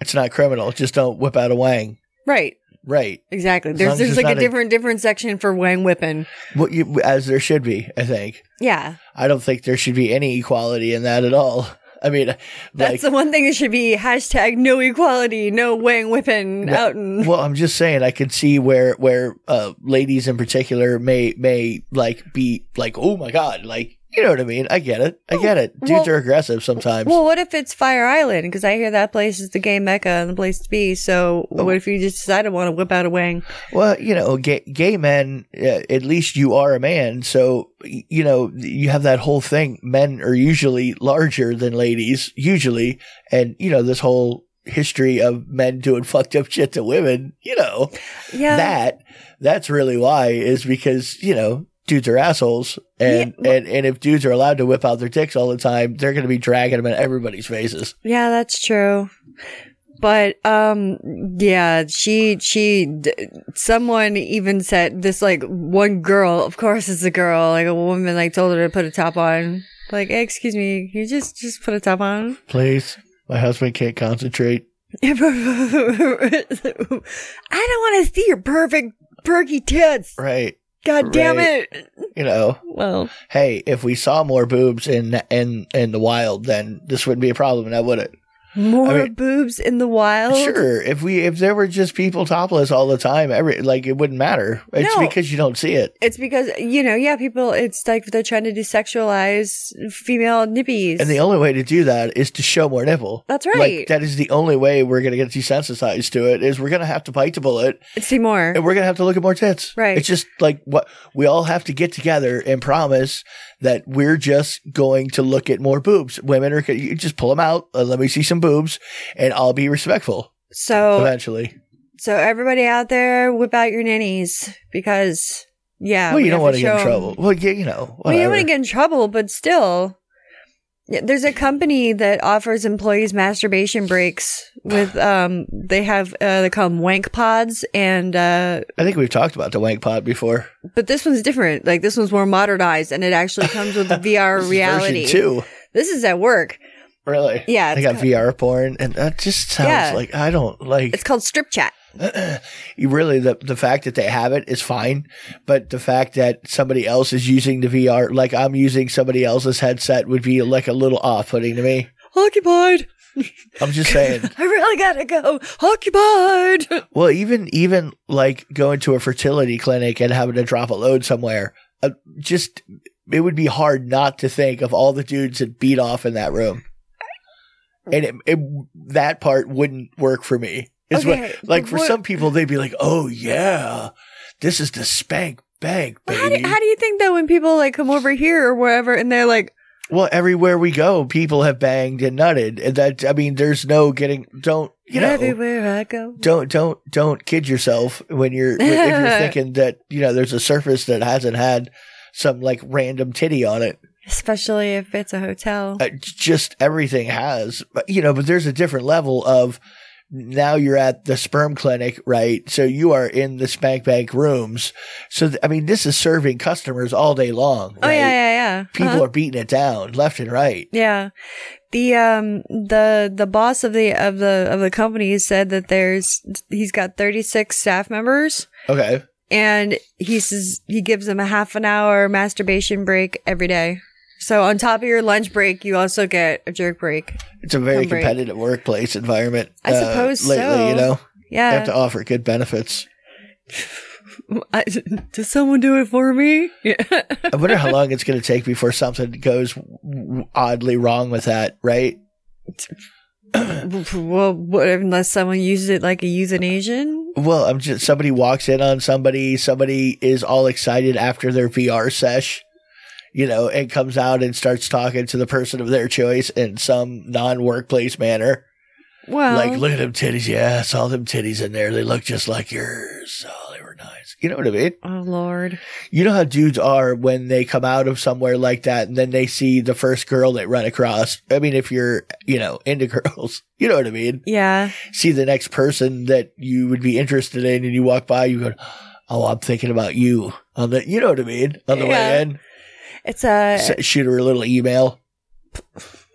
It's not criminal. Just don't whip out a wang.
right.
Right.
Exactly.
As long
There's
as
there's
it's
like a
not a-
different different section for wang whipping.
What you as there should be. I think.
Yeah,
I don't think there should be any equality in that at all. I mean,
that's
like,
the one thing that should be hashtag no equality, no wang whipping out in.
well, I'm just saying I could see where where uh, ladies in particular may may like be like, oh my god, like you know what I mean. I get it. I get it. Dudes
Well-
are aggressive sometimes.
Well, what if it's Fire Island? Because I hear that place is the gay mecca and the place to be. So,
Oh.
what if you just decide to want to whip out a wang?
Well, you know, gay, gay men, uh, at least you are a man. So, y- you know, you have that whole thing. Men are usually larger than ladies, usually. And, you know, this whole history of men doing fucked up shit to women, you know,
Yeah,
that, that's really why is because, you know, dudes are assholes.
Yeah,
And,
well-
and, and if dudes are allowed to whip out their dicks all the time, they're going to be dragging them in everybody's faces.
Yeah, that's true. But um yeah, she she d- someone even said this like one girl, of course it's a girl, like a woman like told her to put a top on. Like, "Hey, excuse me, can you just just put a top on?
Please. My husband can't concentrate.
I don't want to see your perfect perky tits.
Right.
God damn
Right.
it.
You know.
Well,
hey, if we saw more boobs in in in the wild, then this wouldn't be a problem, now would it?
more
I mean-
boobs in the wild.
Sure, if we if there were just people topless all the time, every like it wouldn't matter. It's
No.
because you don't see it.
It's because, you know, yeah, people, it's like they're trying to desexualize female nippies.
And the only way to do that is to show more nipple.
That's right.
Like that is the only way we're gonna get desensitized to it is we're gonna have to bite the bullet
See more.
and we're gonna have to look at more tits.
Right.
It's just like what we all have to get together and promise that we're just going to look at more boobs. Women are you just pull them out. uh, let me see some boobs, and I'll be respectful
So,
eventually.
so everybody out there, whip out your ninnies because, yeah.
well,
we
you don't
have
want to
to
get in
show 'em.
trouble. Well, yeah, you know,
Well, you don't want to
whatever.
get in trouble, but still, Yeah, there's a company that offers employees masturbation breaks with, um, they have, uh, they call them wank pods. And, uh,
I think we've talked about the wank pod before.
but this one's different. Like this one's more modernized and it actually comes with VR reality.
too.
This is at work.
Really?
Yeah,
They
it's
got VR porn, and that just sounds
Yeah.
like I don't
It's
like.
called strip chat.
You really the the fact that they have it is fine, but the fact that somebody else is using the VR, like I'm using somebody else's headset, would be like a little off putting to me.
Occupied.
I'm just saying.
I really gotta go. Occupied.
Well, even even like going to a fertility clinic and having to drop a load somewhere, uh, just it would be hard not to think of all the dudes that beat off in that room, and it, it, that part wouldn't work for me. Is
Okay,
what like
but
for
what-
some people they'd be like, "Oh yeah, this is the spank bank,
Well, how do,
baby."
how do you think that when people like come over here or wherever and they're like,
Well, everywhere we go, people have banged and nutted. And that I mean, there's no getting. Don't you know?
Everywhere I go.
Don't don't don't kid yourself when you're if you're thinking that you know there's a surface that hasn't had some like random titty on it.
Especially if it's a hotel.
Uh, j- just everything has, but you know. But there's a different level of now you're at the sperm clinic, right? So you are in the spank bank rooms. So th- I mean, this is serving customers all day long.
Oh
right?
yeah, yeah, yeah.
People
Uh-huh.
are beating it down left and right.
Yeah. The um the the boss of the of the of the company said that there's he's got 36 staff members
Okay.
and he says he gives them a half an hour masturbation break every day. So on top of your lunch break, you also get a jerk break.
It's a very
Come break.
competitive workplace environment.
I
uh,
suppose
lately,
so.
you know, they have
Yeah.
to offer good benefits.
I, does someone do it for me? Yeah.
I wonder how long it's going to take before something goes w- oddly wrong with that, right?
well, what, unless someone uses it like a euthanasia.
Well, I'm just somebody walks in on somebody, somebody is all excited after their VR sesh, you know, and comes out and starts talking to the person of their choice in some non-workplace manner.
Well,
Like, look at them titties. Yeah, I saw them titties in there. They look just like yours. Oh, they were nice. You know what I mean?
oh lord.
You know how dudes are when they come out of somewhere like that and then they see the first girl they run across. I mean, if you're, you know, into girls, you know what I mean?
Yeah.
See the next person that you would be interested in and you walk by, you go, Oh, I'm thinking about you on the, you know what I mean? On the
Yeah.
way in,
It's a
S- shoot her a little email.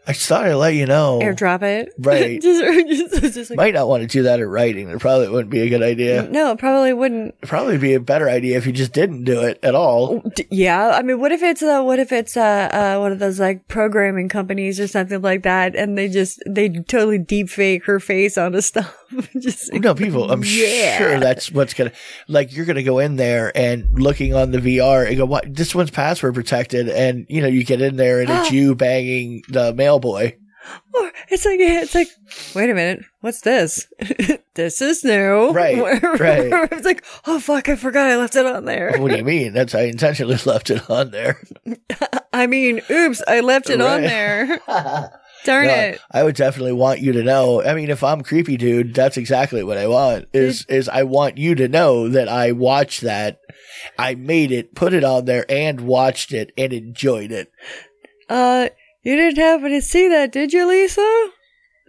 I just thought I'd let you know.
airdrop it.
Right.
just, just, just like,
Might not want to do that in writing. It probably wouldn't be a good idea.
No, it probably wouldn't.
It'd probably be a better idea if you just didn't do it at all.
D- Yeah, I mean, what if it's uh, what if it's uh, uh, one of those like programming companies or something like that, and they just they totally deep fake her face onto stuff. just
No, people, I'm
Yeah.
sure that's what's going to, like, you're going to go in there and looking on the VR and go, what? This one's password protected. And, you know, you get in there and it's you banging the mailboy.
Or it's like it's like wait a minute, what's this? this is new,
Right, right.
it's like oh fuck, I forgot I left it on there.
What do you mean? That's, I intentionally left it on there.
I mean, oops, I left it on
Right.
there. Darn
No,
it.
Uh, I would definitely want you to know. I mean, if I'm creepy, dude, that's exactly what I want is, is I want you to know that I watched that. I made it, put it on there and watched it and enjoyed it.
Uh, you didn't happen to see that, did you, Lisa?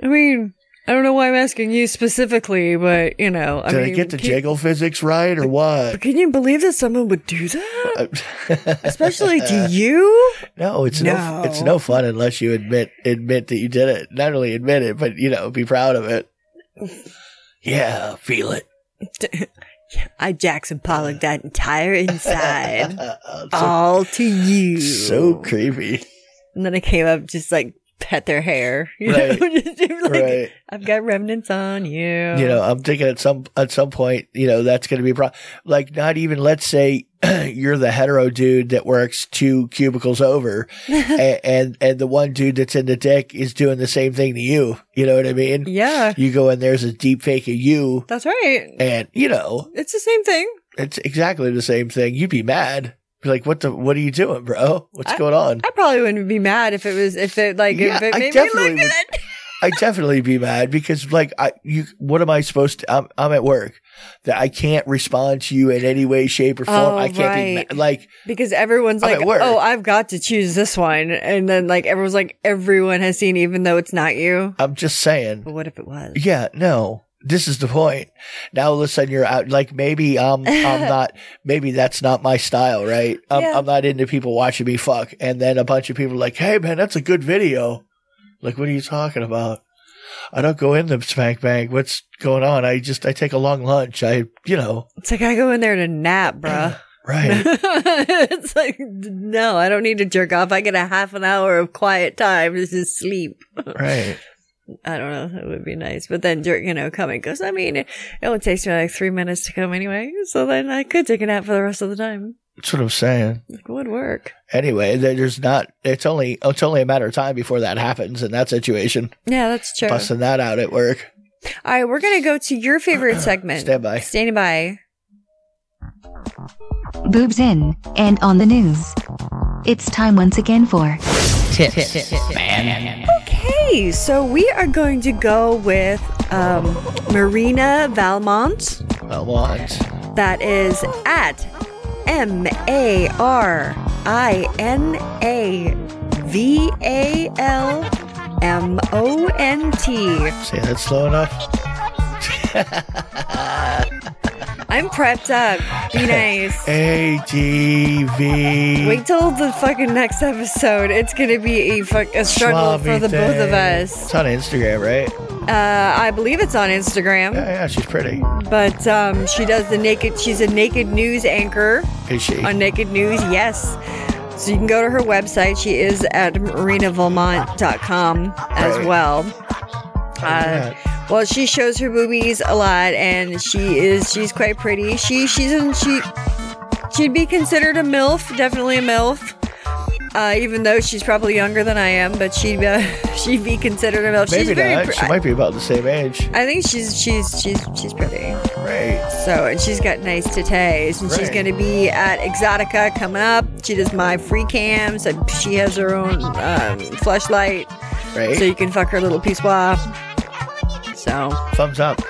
I mean, I don't know why I'm asking you specifically, but you know, I
Did I
mean,
get the
can,
jiggle physics right or what?
Can you believe that someone would do that? Especially to you?
No, it's no.
No.
it's no fun unless you admit admit that you did it. Not only admit it, but you know, be proud of it. Yeah, feel it.
I Jackson Pollock that entire inside,
Uh, so,
all to you. Oh.
so creepy.
and then I came up just like pet their hair, you
Right.
know, just be like,
Right.
I've got remnants on you.
You know, I'm thinking at some at some point, you know, that's going to be a problem. Like, not even let's say you're the hetero dude that works two cubicles over, and, and and the one dude that's in the dick is doing the same thing to you. You know what I mean?
yeah,
You go in there's a deep fake of you,
that's right.
and you know,
It's the same thing.
it's exactly the same thing. You'd be mad. Be like, what the? What are you doing, bro? What's
I-
going on?
I probably wouldn't be mad if it was if it like
Yeah,
if it
I
made me look
definitely
at
would-
it.
I definitely be mad because, like, I you. What am I supposed to? I'm, I'm at work. That I can't respond to you in any way, shape, or form.
Oh,
I can't be
right.
mad. like,
because everyone's
I'm
like,
at work.
"Oh, I've got to choose this one," and then like everyone's like, "Everyone has seen, even though it's not you."
I'm just saying.
But what if it was?
Yeah, no. This is the point. Now all of a sudden you're out. Like maybe I'm I'm not. Maybe that's not my style, right? I'm,
Yeah.
I'm not into people watching me fuck. And then a bunch of people are like, hey man, that's a good video. Like, what are you talking about? I don't go in the spank bank. What's going on? I just I take a long lunch. I you know
It's like I go in there to nap, bruh.
right.
it's like no, I don't need to jerk off. I get a half an hour of quiet time. This is sleep.
Right.
I don't know. It would be nice, but then jerk, you know, coming goes. I mean, it, it only takes me like three minutes to come anyway, so then I could take a nap for the rest of the time.
That's what I'm saying.
It would work.
Anyway, there- there's not. It's only it's only a matter of time before that happens in that situation.
Yeah, that's true.
Busting that out at work.
All right, we're gonna go to your favorite segment.
Stand by.
Stand by.
Boobs in and on the news. It's time once again for
tips, man.
Okay, so we are going to go with um, Marina Valmont.
Well, what?
That is at M A R I N A V A L M O N T.
Say that slow enough.
I'm prepped up. Be nice.
A D V.
Wait till the fucking next episode. It's gonna be a, fuck, a struggle for the both of us.
It's on Instagram, right?
Uh, I believe it's on Instagram,
Yeah, yeah, she's pretty.
but um, she does the naked. She's a naked news anchor
Is she?
on Naked News. Yes. So you can go to her website. She is at marinavalmont.com as
Right.
well. uh,
How'd you do
Well, she shows her boobies a lot, and she is she's quite pretty. She she's in, she she'd be considered a milf, definitely a milf. Uh, even though she's probably younger than I am, but she'd uh, she'd be considered a milf.
Maybe
she's very
not.
pre-
she might be about the same age.
I think she's she's she's she's pretty.
Right.
So and she's got nice titties, and she's
Right.
going to be at Exotica coming up. She does my free cams, and she has her own um, flashlight,
Right.
so you can fuck her little pissoir. So
Thumbs up.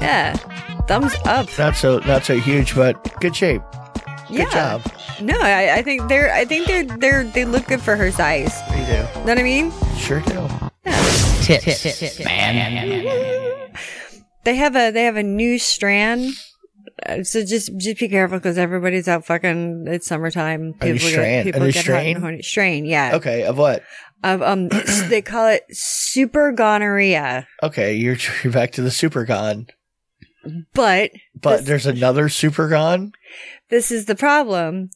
yeah. Thumbs up.
Not so not so huge, but good shape.
yeah.
job.
No, I, I think they're I think they're they're they look good for her size.
You do.
Know what I mean?
Sure do.
They have a they have a new strand. Uh, So just just be careful because everybody's out fucking. It's summertime.
A new strand- a
hot
new
and
strain?
horny. Strain, yeah.
Okay. Of what?
Of, um, they call it super gonorrhea,
Okay. You're, you're back to the supergon,
but
but
This-
there's another supergon.
This is the problem.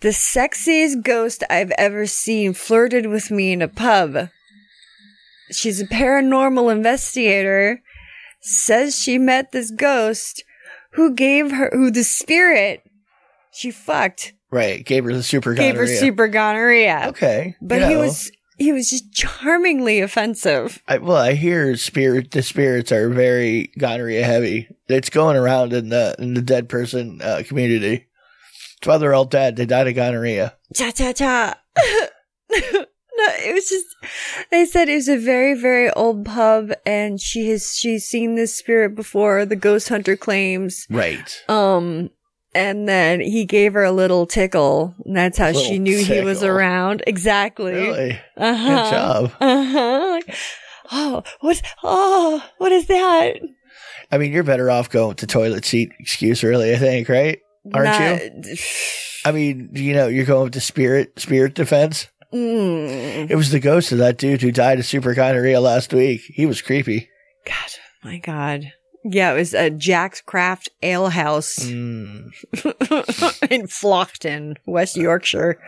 The sexiest ghost I've ever seen flirted with me in a pub. She's a paranormal investigator. Says she met this ghost who gave her, who the spirit she fucked
Right. Gave her the supergon.
gave her super gonorrhea.
Okay.
But
you
he
know,
was, he was just charmingly offensive.
I, well, I hear spirit. The spirits are very gonorrhea heavy. It's going around in the in the dead person uh, community. That's why they're all dead. They died of gonorrhea.
cha cha cha. no, it was just. They said it was a very very old pub, and she has she's seen this spirit before. The ghost hunter claims.
Right.
Um, and then he gave her a little tickle, and that's how she
Little
knew he was
tickle.
around. Exactly.
Really.
Uh
Good
huh.
job.
Uh huh. Oh, what? Oh, what is that?
I mean, you're better off going with the toilet seat excuse, really. I think, right? Aren't you?
you?
I mean, you know, you're going with the spirit spirit defense.
Mm.
It was the ghost of that dude who died of super gonorrhea last week. He was creepy.
God, my God. Yeah, it was a Jack's Craft Ale House. Hmm.
Mm.
in Flockton, West Yorkshire.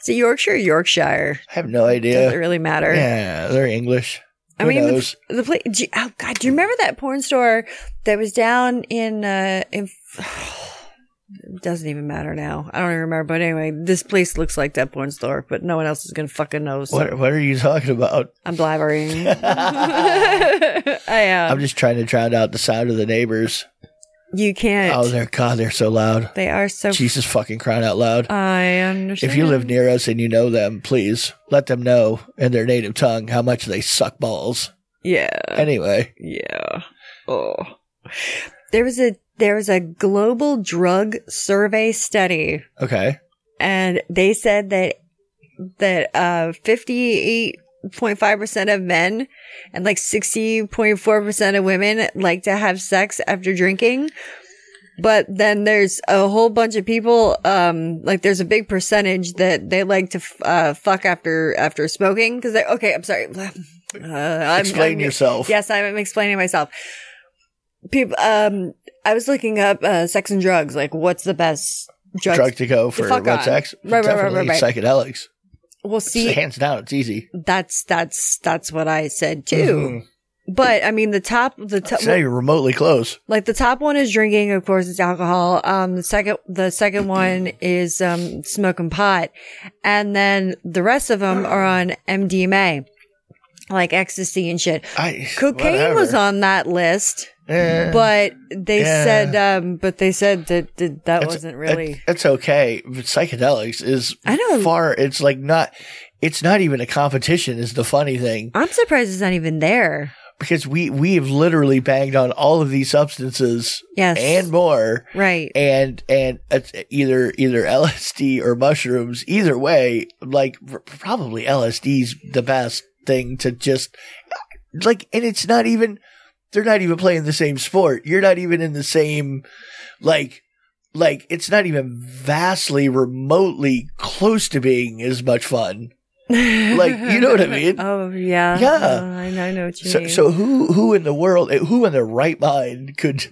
Is it Yorkshire or Yorkshire?
I have no idea.
Doesn't really matter.
Yeah, they're English.
I
Who
mean,
knows?
the, the place. Do you, oh God, do you remember that porn store that was down in uh in? It doesn't even matter now. I don't even remember. But anyway, this place looks like that porn store, but no one else is gonna fucking know. So
What What are you talking about?
I'm blabbering. I am.
I'm just trying to drown out the sound of the neighbors.
you can't.
Oh, they're God, they're so loud.
they are so.
Jesus fucking crying out loud.
Oh, I understand.
If you live near us and you know them, please let them know in their native tongue how much they suck balls.
yeah.
Anyway,
Yeah. Oh. There was a there was a global drug survey study
okay.
and they said that that uh 58.5% of men and like 60.4% of women like to have sex after drinking. But then there's a whole bunch of people um like there's a big percentage that they like to f- uh fuck after after smoking cuz they okay, I'm sorry. Uh, I'm-
Explain
I'm-
yourself.
Yes, I'm explaining myself. People, um, I was looking up uh, sex and drugs. Like, what's the best drug?
Drug to go for
fuck
what
on.
sex?
Right, right, right,
Definitely
right, right.
psychedelics.
Well, see,
Hands down, it's easy.
that's that's that's what I said too.
Mm-hmm.
But I mean, the top, the top,
So now you're remotely close.
like the top one is drinking. Of course, it's alcohol. Um, the second, the second one is um smoking pot, and then the rest of them are on MDMA, like ecstasy and shit.
I,
Cocaine
whatever.
was on that list.
Eh.
but they
Yeah.
said um but they said that that, that
It's-
wasn't really
it- it's okay. But psychedelics is
I know.
far. It's like not. it's not even a competition is the funny thing
I'm surprised it's not even there.
because we we have literally banged on all of these substances
Yes.
and more
Right.
and and it's either either LSD or mushrooms either way like r- probably LSD's the best thing to just like and it's not even they're not even playing the same sport you're not even in the same like like it's not even vastly remotely close to being as much fun like you know what i mean
Oh yeah.
Yeah.
Uh, I know, I know what you
so,
mean.
so who who in the world eh, who in their right mind could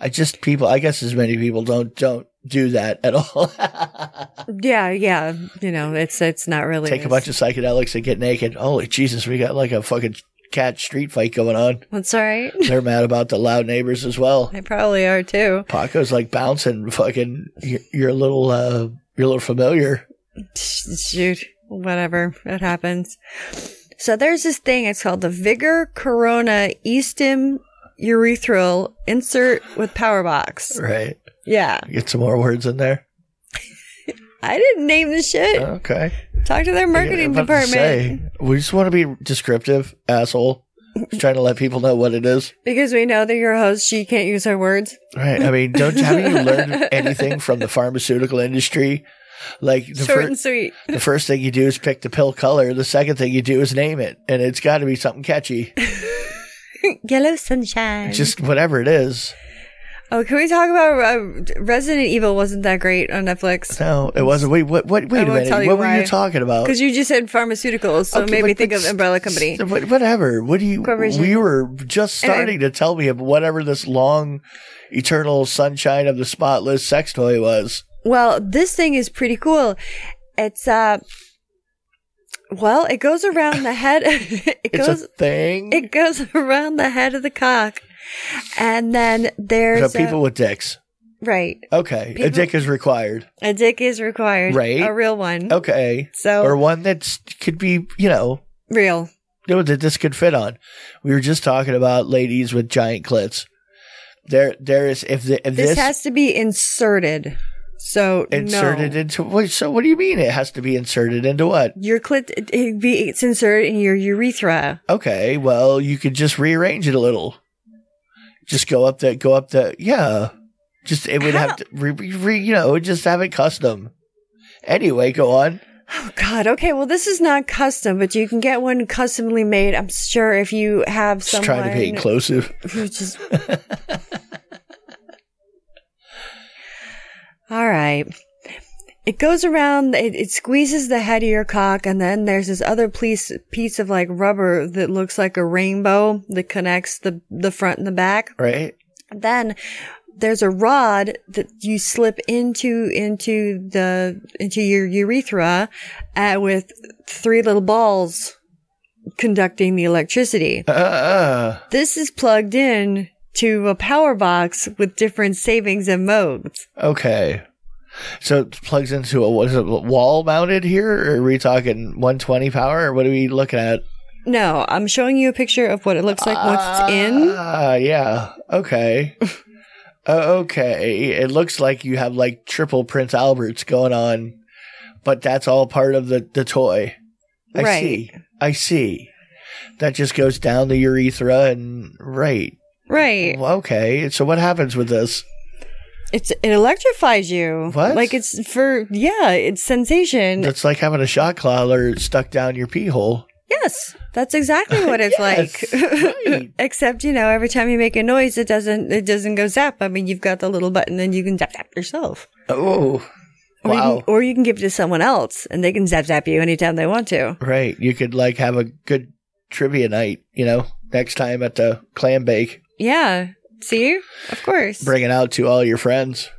I just people I guess as many people don't don't do that at all.
yeah, yeah. You know, it's it's not really
Take a bunch of psychedelics and get naked. Holy Jesus, we got like a fucking cat street fight going on.
That's all right.
They're mad about the loud neighbors as well.
They probably are too.
Paco's like bouncing fucking your, your little uh your little familiar.
Shoot, whatever. It happens. So there's this thing. It's called the Vigor Corona Eastim Urethral Insert with Power Box.
Right.
Yeah.
Get some more words in there.
I didn't name the
Uh,
shit.
Okay.
Talk to their marketing
I'm about to
department.
say, we just want to be descriptive, asshole. Just trying to let people know what it is.
Because we know that your host, she can't use her words.
Right. I mean, don't haven't you learned anything from the pharmaceutical industry? Like the,
Short
fir-
and sweet.
the first thing you do is pick the pill color. The second thing you do is name it, and it's got to be something catchy.
Yellow sunshine.
Just whatever it is.
oh, can we talk about uh, Resident Evil? Wasn't that great on Netflix?
No, it wasn't. Wait, what? What? Wait a
won't
minute.
tell
What
you
were
why.
you talking about?
Because you just said pharmaceuticals, so
Uh, Okay,
maybe
but-
think
but
of Umbrella
st-
Company.
st- what- whatever. What do you?
Corporation.
We were just
Anyway.
starting to tell me of whatever this long, eternal sunshine of the spotless sex toy was.
Well, this thing is pretty cool. It's uh well, it goes around the head it
It's
goes
a thing.
it goes around the head of the cock. And then
So
there's a-
people with dicks.
right.
Okay, a
people-
dick is required.
A dick is required.
Right. Oh,
A real one.
Okay.
So-
or one that could be, you know,
Real.
you know, that this could fit on. We were just talking about ladies with giant clits. There, there is if the, if
This,
this,
has to be inserted. So
inserted
no.
into wait, so what do you mean it has to be inserted into what?
your clit it- it'd be it's inserted in your urethra.
Okay, well you could just rearrange it a little. Just go up the go up the yeah. Just it would have to re, re, you know just have it custom. Anyway, go on.
Oh God. Okay. Well, this is not custom, but you can get one customly made. I'm sure if you have
Just
someone
trying to be inclusive.
Who just- All right. It goes around, it, it squeezes the head of your cock, and then there's this other piece, piece of like rubber that looks like a rainbow that connects the, the front and the back.
Right?
Then there's a rod that you slip into, into the, into your urethra uh, with three little balls conducting the electricity
Uh, uh.
this is plugged in to a power box with different savings and modes.
Okay. So it plugs into a what is it wall mounted here? Or are we talking 120 power? Or what are we looking at?
No, I'm showing you a picture of what it looks like once it's in.
Ah, yeah. Okay. Oh, okay. It looks like you have like triple Prince Alberts going on, but that's all part of the the toy. I
Right.
see. I see. That just goes down the urethra and right.
Right.
Well, Okay. So what happens with this?
It's it electrifies you.
What?
Like it's for yeah, it's sensation.
That's like having a shot collar stuck down your pee hole.
yes. That's exactly what it's
Yes,
like.
right.
Except, you know, every time you make a noise it doesn't it doesn't go zap. I mean you've got the little button and you can zap zap yourself.
Oh.
Or
Wow.
you can, or you can give it to someone else and they can zap zap you anytime they want to.
Right. You could like have a good trivia night, you know, next time at the clam bake,
Yeah. See? Of course.
bring it out to all your friends.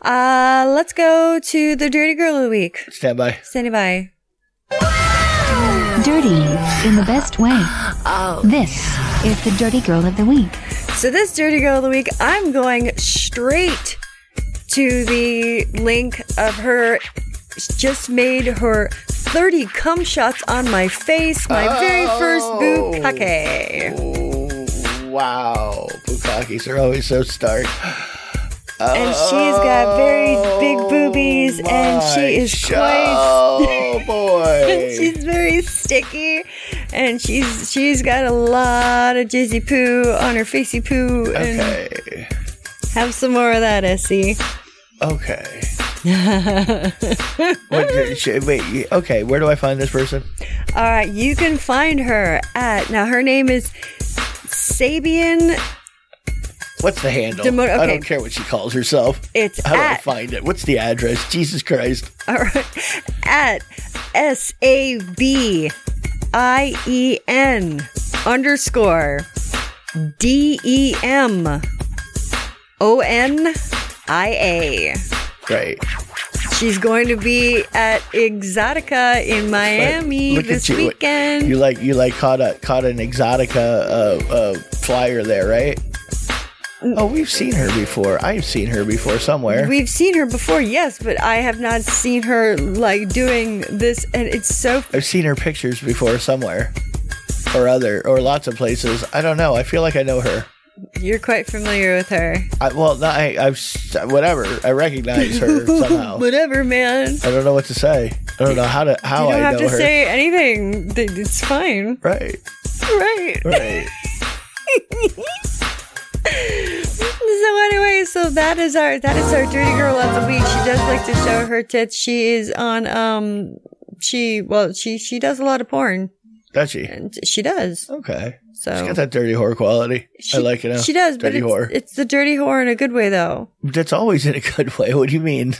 Uh, let's go to the dirty girl of the week.
Stand by.
Standing by.
Dirty in the best way. This is the Dirty Girl of the Week.
So this dirty girl of the week, I'm going straight to the link of her just made her 30 cum shots on my face, my very first bukake.
Wow. Bukakis are always so stark.
and she's got very big boobies, and she is quite.
Oh boy.
She's very sticky, and she's she's got a lot of jizzy poo on her facey poo, and
okay.
have some more of that, Essie.
Okay. what, did she- wait, you- okay, where do I find this person?
All right, you can find her at now. Her name is Sabian.
What's the handle?
Demo-
I
okay.
don't care what she calls herself.
It's
How do I
at
find it? What's the address? Jesus Christ.
all right, at S A B I E N underscore D E M O N I A.
Great.
She's going to be at Exotica in Miami
Look
this
at you.
weekend.
You like you like caught a caught an exotica uh, uh, flyer there, right?
Mm.
Oh, we've seen her before. I've seen her before somewhere.
We've seen her before, yes, but I have not seen her like doing this, and it's so
I've seen her pictures before somewhere or other or lots of places. I don't know. I feel like I know her.
you're quite familiar with her.
I, well, not, I, I've s- whatever. I recognize her somehow.
Whatever, man.
I don't know what to say. I don't know how to how
you don't
I
have
know
to
her.
say anything. Th- It's fine,
right,
right?
right.
so anyway, so that is our that is our dirty girl of the week. She does like to show her tits. She is on um she well she she does a lot of porn.
Does she?
And she does.
Okay.
So
She's got that dirty whore quality. I like it. Now.
Oh. She does,
dirty
but
whore.
it's, it's the dirty whore in a good way, though.
That's always in a good way. What do you mean?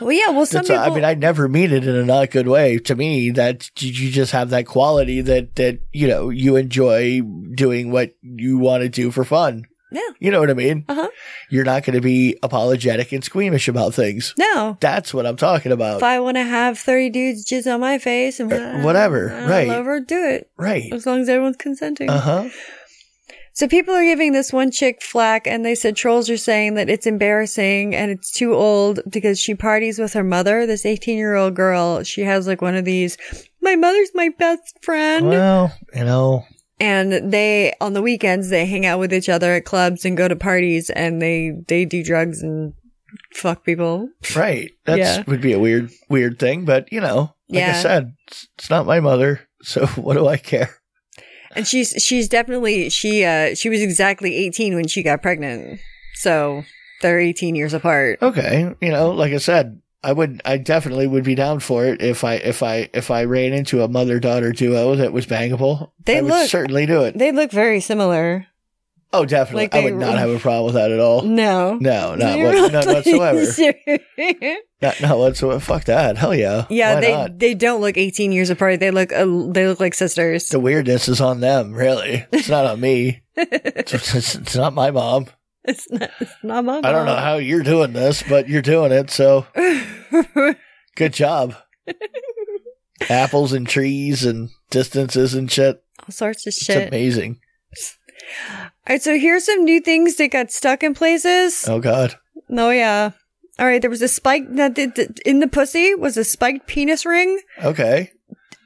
Well, yeah. Well, some
That's
people.
I mean, I never mean it in a not good way. To me, that you you just have that quality that that you know you enjoy doing what you want to do for fun.
Yeah.
You know what I mean?
Uh-huh.
You're not going to be apologetic and squeamish about things.
no.
That's what I'm talking about.
If I want to have thirty dudes jizz on my face and
Uh, whatever,
and
right.
all over, do it
Right.
as long as everyone's consenting.
Uh huh.
So people are giving this one chick flack, and they said trolls are saying that it's embarrassing and it's too old because she parties with her mother. This eighteen-year-old girl, she has like one of these. My mother's my best friend.
Well, you know,
and they on the weekends they hang out with each other at clubs and go to parties and they they do drugs and fuck people
right. That
Yeah.
would be a weird, weird thing. But you know, like
Yeah.
I said, it's, it's not my mother, so what do I care?
and she's she's definitely she uh she was exactly 18 when she got pregnant so they're 18 years apart
Okay, you know, like I said, I would, I definitely would be down for it if I, if I, if I ran into a mother daughter duo that was bangable.
They
I would
look-
certainly do it.
they look very similar
Oh, definitely,
like
I
they-
would not have a problem with that at all.
no
No, not,
They're
what, not
all-
whatsoever.
Seriously.
Not, not whatsoever. Fuck that. Hell yeah.
yeah
Why
they
not?
they don't look 18 years apart they look uh, they look like sisters
the weirdness is on them, really. It's not on me. it's, it's- it's not my mom.
it's not, it's not my
I don't know how you're doing this, but you're doing it. So
how
good job. Apples and trees and distances and shit.
all sorts of
It's
shit
amazing.
All right, so here's some new things that got stuck in places.
Oh God.
Oh, yeah. All right, there was a spike that th- th- in the pussy was a spiked penis ring,
Okay.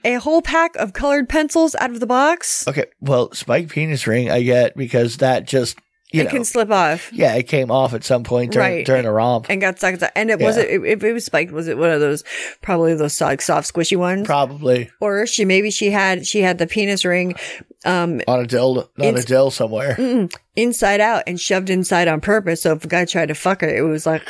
a whole pack of colored pencils out of the box.
Okay. Well, spike penis ring I get because that just you
it
know
can slip off
yeah it came off at some point during
Right.
during a romp
and got stuck. And it wasn't. It, if it was spiked, was it one of those probably those soft, soft squishy ones?
probably
or she maybe she had she had the penis ring, um,
on a dill on a
It's- Mm-hmm.
dill somewhere.
inside out and shoved inside on purpose. So if a guy tried to fuck her, it was like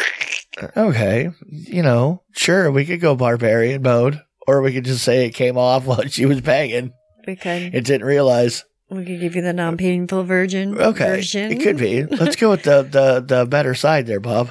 Okay, you know, sure, we could go barbarian mode, or we could just say it came off while she was banging.
we could
It didn't realize.
we could give you the non painful virgin
Okay,
version.
it could be. Let's go with the the the better side there, Bob.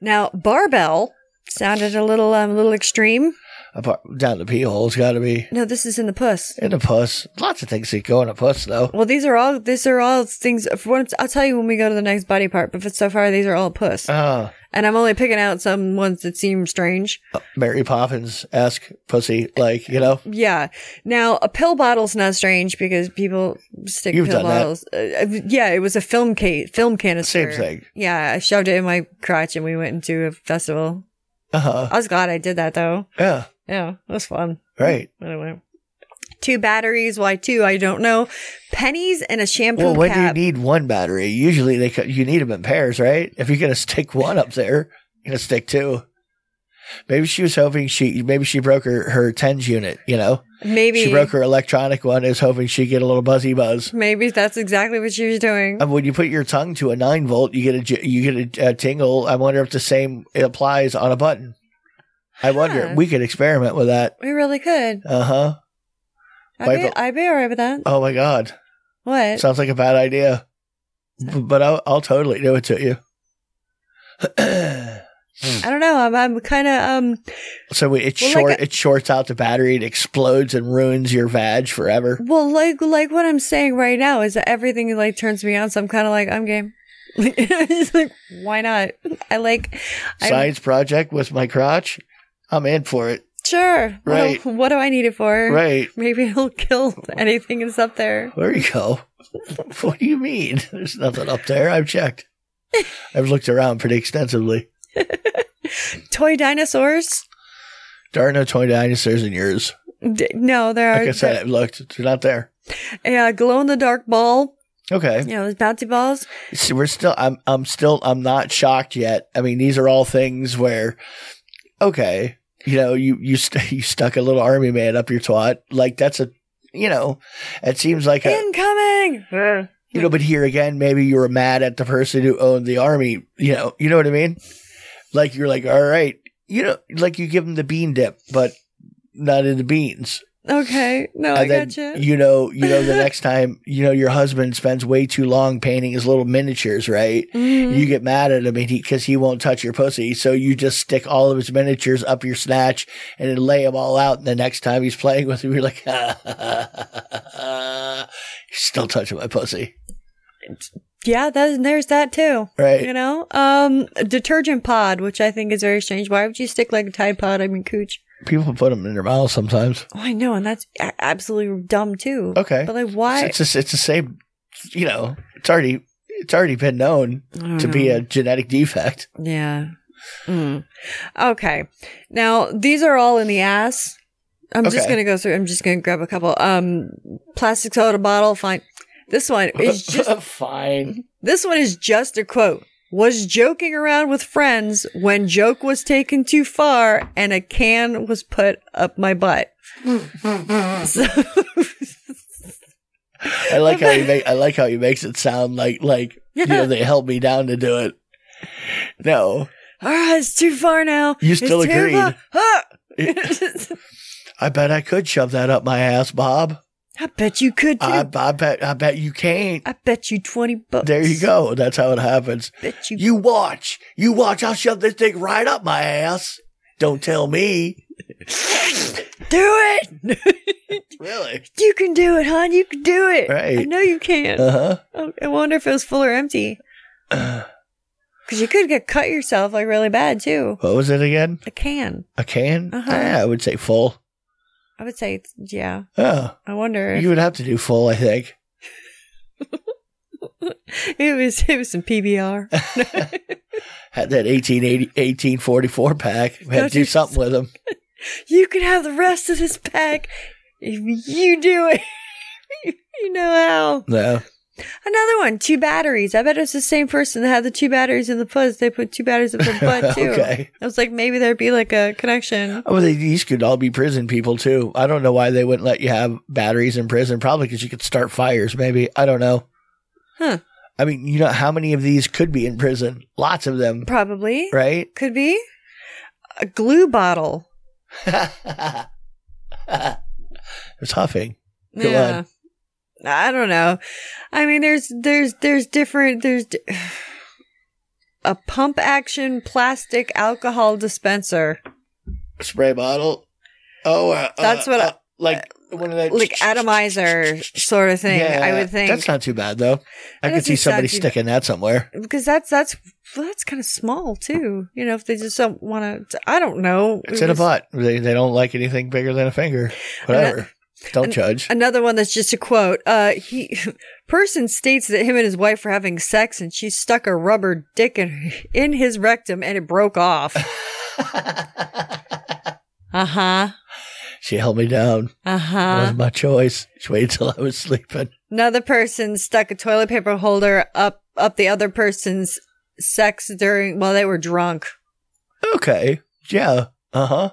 Now, barbell sounded a little um, little extreme.
Apart, down the pee hole's got to be
No, this is in the puss.
in a puss. Lots of things that go in a puss, though.
Well, these are all these are all things. if once- I'll tell you when we go to the next body part. But for so far, these are all puss,
Ah,
and I'm only picking out some ones that seem strange.
Mary Poppins esque pussy, like you know.
Yeah. Now, a pill bottle's not strange because people stick
You've
pill
done that.
bottles. Uh, uh, yeah, it was a film case, film canister.
Same thing.
Yeah, I shoved it in my crotch, and we went into a festival.
Uh huh.
I was glad I did that though.
Yeah.
Yeah, it was fun.
Right.
Anyway. two batteries. Why two? I don't know. Pennies and a shampoo
Well, when
cap.
do you need one battery? Usually they co- you need them in pairs, right? If you're gonna stick one up there, you're gonna stick two. Maybe she was hoping she maybe she broke her her tens unit. You know,
maybe
she broke her electronic one. Is hoping she get a little buzzy buzz.
maybe that's exactly what she was doing.
And when you put your tongue to a nine volt, you get a j- you get a, a tingle. I wonder if the same applies on a button. I wonder.
Huh.
We could experiment with that.
we really could.
Uh huh.
I'd
Michael-
be, I'd be all right with that.
Oh my god.
What?
Sounds like a bad idea, B- but I'll, I'll totally do it to you.
I don't know. I'm, I'm kind of um.
So it
Well, like
short
a-
it shorts out the battery, it explodes and ruins your vag forever.
Well, like like what I'm saying right now is that everything like turns me on. So I'm kind of like I'm game. I'm just like why not? I like. I'm,
Science project with my crotch, I'm in for it.
sure. What do-
Right.
What do, I need it for?
Right.
Maybe it'll kill anything that's up there.
There you go. what do you mean? There's nothing up there. I've checked. I've looked around pretty extensively.
Toy dinosaurs?
There are no toy dinosaurs in yours.
D- no, there are.
Like I said, I've looked. They're not there.
Yeah, glow in the dark ball.
Okay.
You know, those bouncy balls.
So we're still I'm I'm still I'm not shocked yet. I mean, these are all things where okay, you know, you you st- you stuck a little army man up your twat. Like that's a you know, it seems like a
Incoming.
you know, but here again, maybe you were mad at the person who owned the army, you know, you know what I mean? Like you're like, "All right, you know, like you give them the bean dip, but not in the beans."
Okay. No, I
and then
gotcha.
you know, you know, the next time, you know, your husband spends way too long painting his little miniatures, right?
Mhm.
You get mad at him and he, cause he won't touch your pussy. So you just stick all of his miniatures up your snatch and then lay them all out. And the next time he's playing with him, you're like, you're still touching my pussy.
yeah, that, there's that too.
Right.
You know? Um, a detergent pod, which I think is very strange. Why would you stick like a Tide Pod? I mean, cooch.
People put them in their mouth sometimes.
Oh, I know. And that's a- absolutely dumb too.
Okay.
But like, why?
It's, it's, it's the same, you know, it's already, it's already been known
don't
to be a genetic defect.
Yeah. Mm. Okay. Now these are all in the ass. I'm just
Okay.
gonna go through. I'm just gonna grab a couple. Um, plastic soda bottle. Fine. This one is just.
Fine.
this one is just a quote. Was joking around with friends when joke was taken too far and a can was put up my butt. so,
I like how he make, I like how he makes it sound like like you know
Yeah.
they held me down to do it. No,
all right, Ah, it's too far now.
You
It's
still
too
agreed.
far. Ah!
I bet I could shove that up my ass, Bob.
I bet you could too.
I,
I,
I bet I bet you can't.
bet you twenty bucks.
There you go. That's how it happens.
Bet you
You watch. You watch. I'll shove this thing right up my ass. Don't tell me.
do it.
Really?
You can do it, hon. You can do it.
Right.
I know you can.
Uh huh.
Oh, I wonder if it was full or empty. Because you could get cut yourself like really bad too.
What was it again?
A can.
A can?
Uh-huh.
Yeah, I would say full.
I would say, it's, yeah.
Oh,
I wonder if
you would have to do full. I think.
it was it was some PBR.
Had that 1880, 1844 pack. Had to
Don't
do
you-
something with them.
you can have the rest of this pack if you do it. you know how.
No.
Another one. Two batteries. I bet it's the same person that had the two batteries in the puss. They put two batteries in the butt too.
Okay.
I was like, maybe there'd be like a connection.
Well, Oh, they, these could all be prison people too. I don't know why they wouldn't let you have batteries in prison. Probably because you could start fires. Maybe I don't know.
Huh.
I mean, you know how many of these could be in prison? Lots of them,
Probably.
right?
Could be. A glue bottle.
it's huffing. Go
yeah. I don't know. I mean, there's, there's, there's different, there's di- a pump action plastic alcohol dispenser.
Spray bottle. Oh, uh,
That's
uh,
what I-
uh, like one of the
Like atomizer sort of thing, I would think.
that's not too bad though. I
That
could see
doesn't
somebody
sound too-
sticking that somewhere.
because that's, that's, well, that's kind of small too. You know, if they just don't want to, I don't know.
It's
It
in a
was-
butt. They, they don't like anything bigger than a finger. Whatever. Don't judge.
Another one that's just a quote. Uh, he person states that him and his wife were having sex, and she stuck a rubber dick in in his Uh-huh, rectum, and it broke off. uh huh.
She held me down.
Uh
It
huh.
wasn't my choice. She waited till I was sleeping.
Another person stuck a toilet paper holder up up the other person's sex during while they were drunk.
Okay. Yeah. Uh huh.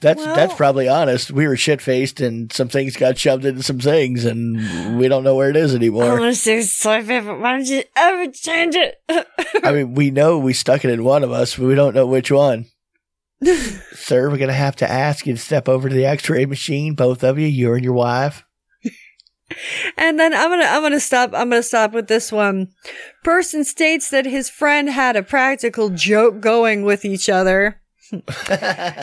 That's that's
Well-
probably honest. We were shit faced, and some things got shoved into some things, and we don't know where it is
I
anymore.
want to say toilet paper. Why don't you ever change it?
I mean, we know we stuck it in one of us, but we don't know which one. Sir, we're gonna have to ask you to step over to the X-ray machine, both of you, you and your wife.
and then I'm gonna I'm gonna stop I'm gonna stop with this one. Person states that his friend had a practical joke going with each other.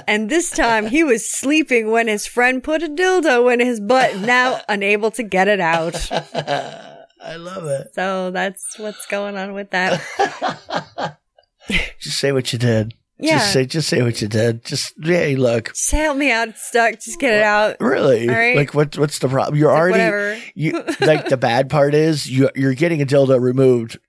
and this time he was sleeping when his friend put a dildo in his butt, now unable to get it out.
I love it.
So that's what's going on with that.
Just say what you did.
Yeah.
Just say, just say what you did. Just hey, look,
Just help me out, it's stuck. Just get it out.
really,
All right.
like what, what's the problem? You're
It's like,
already,
whatever.
you like the bad part is you you're getting a dildo removed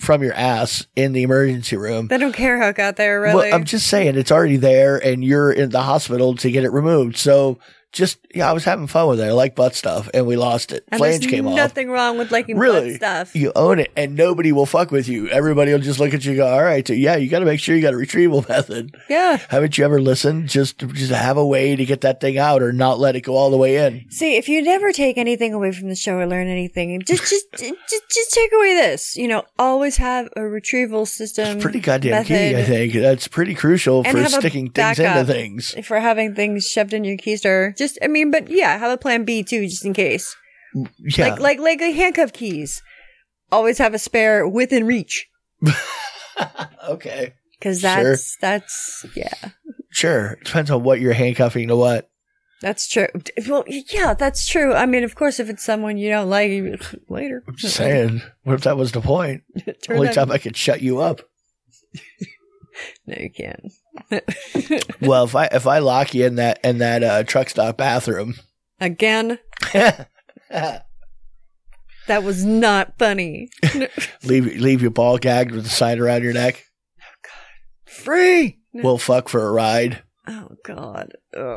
from your ass in the emergency room.
They don't care how it got there, really.
Well, I'm just saying it's already there, and you're in the hospital to get it removed. So just yeah, I was having fun with it. I like butt stuff, and we lost it.
and
Flange
there's
came off.
nothing wrong with liking
Really,
butt stuff.
you own it, and nobody will fuck with you. Everybody will just look at you and go, "All right, so yeah, you got to make sure you got a retrieval method."
yeah.
Haven't you ever listened? Just just have a way to get that thing out, or not let it go all the way in.
See, if you never take anything away from the show or learn anything, just just just just take away this. You know, always have a retrieval system.
It's pretty goddamn
um, method
key, I think. That's pretty crucial
And
for
have a
sticking things into
backup.
things.
For having things shoved in your keister. Just I mean, but yeah, have a plan B too, just in case.
Yeah.
Like like like a handcuff keys. Always have a spare within reach.
okay.
Because
Sure.
that's that's yeah.
Sure. Depends on what you're handcuffing to what.
That's true. Well, yeah, that's true. I mean, of course, if it's someone you don't like, you- later.
I'm just saying. What if that was the point?
Turn
Only
that-
time I could shut you up.
No, you can't.
well, if I if I lock you in that in that uh, truck stop bathroom.
Again, that was not funny.
leave leave you ball gagged with a sign around your neck. Free. We'll fuck for a ride.
Oh God, Ugh.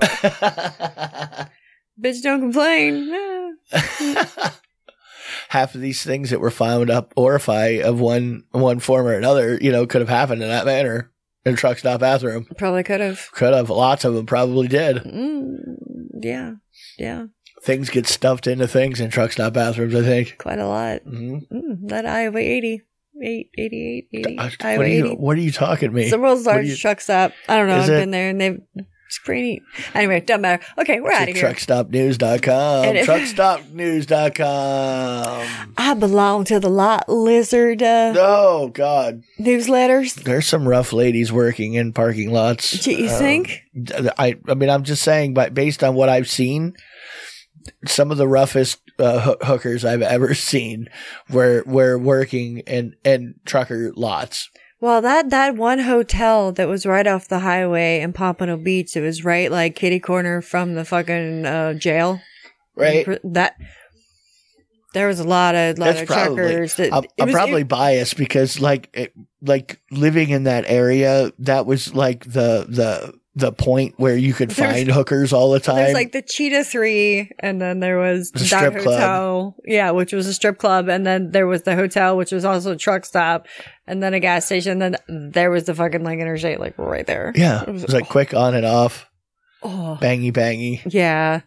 bitch, don't complain. Ah.
half of these things that were found up orify of one one form or another, you know, could have happened in that manner in a truck stop bathroom.
Probably could have.
Could have. Lots of them probably did.
Mm, yeah, yeah,
Things get stuffed into things in truck stop bathrooms. I think.
quite a lot.
Mhm.
Mm, that Iowa 80, 8, 88, 80,
Uh,
Iowa
What are you?
80.
What are you talking to me?
It's the world's
what do
largest
you-
truck stop. I don't know.
Is
I've
it-
been there, and they've. It's pretty neat. Anyway, doesn't matter. Okay, we're out of here.
Truckstopnews.com.
And if-
Truckstopnews.com.
I belong to the Lot Lizard uh,
Oh God,
newsletters.
there's some rough ladies working in parking lots.
Do you think?
I I mean I'm just saying, but based on what I've seen, some of the roughest uh, hoo- hookers I've ever seen were were working in and trucker lots.
Well, that that one hotel that was right off the highway in Pompano Beach, it was right like kitty corner from the fucking uh, jail.
Right.
Pr- That there was a lot of lot
That's
of
probably.
truckers. That
I'm,
it
I'm
was-
probably
it-
biased because like it, like living in that area, that was like the the the point where you could
There's-
find hookers all the time.
there's like the Cheetah Three, and then there was
The
that
strip club.
hotel, yeah, which was a strip club, and then there was the hotel, which was also a truck stop, and then a gas station. Then there was the fucking Lincoln Interstate, like right there.
yeah, it was like quick on and off,
Oh,
bangy bangy.
yeah.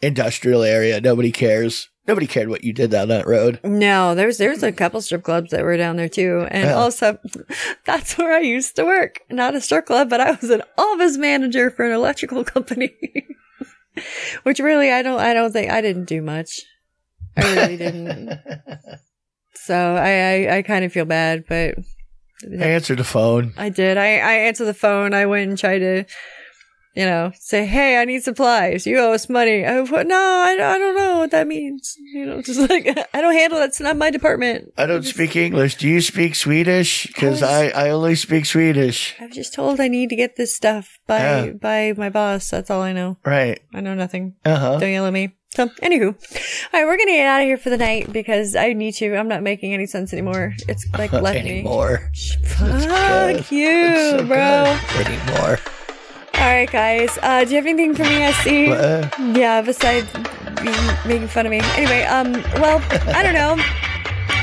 Industrial area. Nobody cares. Nobody cared what you did down that road.
No, there was there was a couple strip clubs that were down there too, and
Yeah.
also that's where I used to work. Not a strip club, but I was an office manager for an electrical company. Which really, I don't, I don't think I didn't do much. I really didn't. So I, I, I kind of feel bad, but
I answered the phone.
I did. I, I answered the phone. I went and tried to, you know, say, "Hey, I need supplies. You owe us money." I was, no, I, don't- I don't know what that means. You know, just like I don't handle. That's not my department.
I don't speak English. Do you speak Swedish? Because I, I only speak Swedish.
I was just told I need to get this stuff by
Yeah.
by my boss. That's all I know.
Right.
I know nothing.
Uh huh.
Don't yell at me. So, anywho, all right, we're gonna get out of here for the night because I need to. I'm not making any sense anymore. It's like left me.
Anymore.
Fuck you,
So
bro.
good. Anymore.
All right, right, guys. Uh, do you have anything for me, SC?
Uh,
Yeah, besides being, making fun of me. Anyway, um, well, I don't know.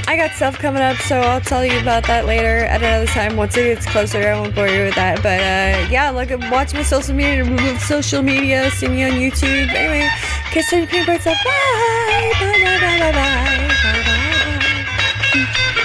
I got stuff coming up, so I'll tell you about that later at another time. Once it gets closer, I won't bore you with that. But uh, yeah, look, watch my social media, social media, see me on YouTube. Anyway, kiss and pink birds. Bye. Bye. Bye. Bye. Bye. Bye. Bye. Bye. Bye.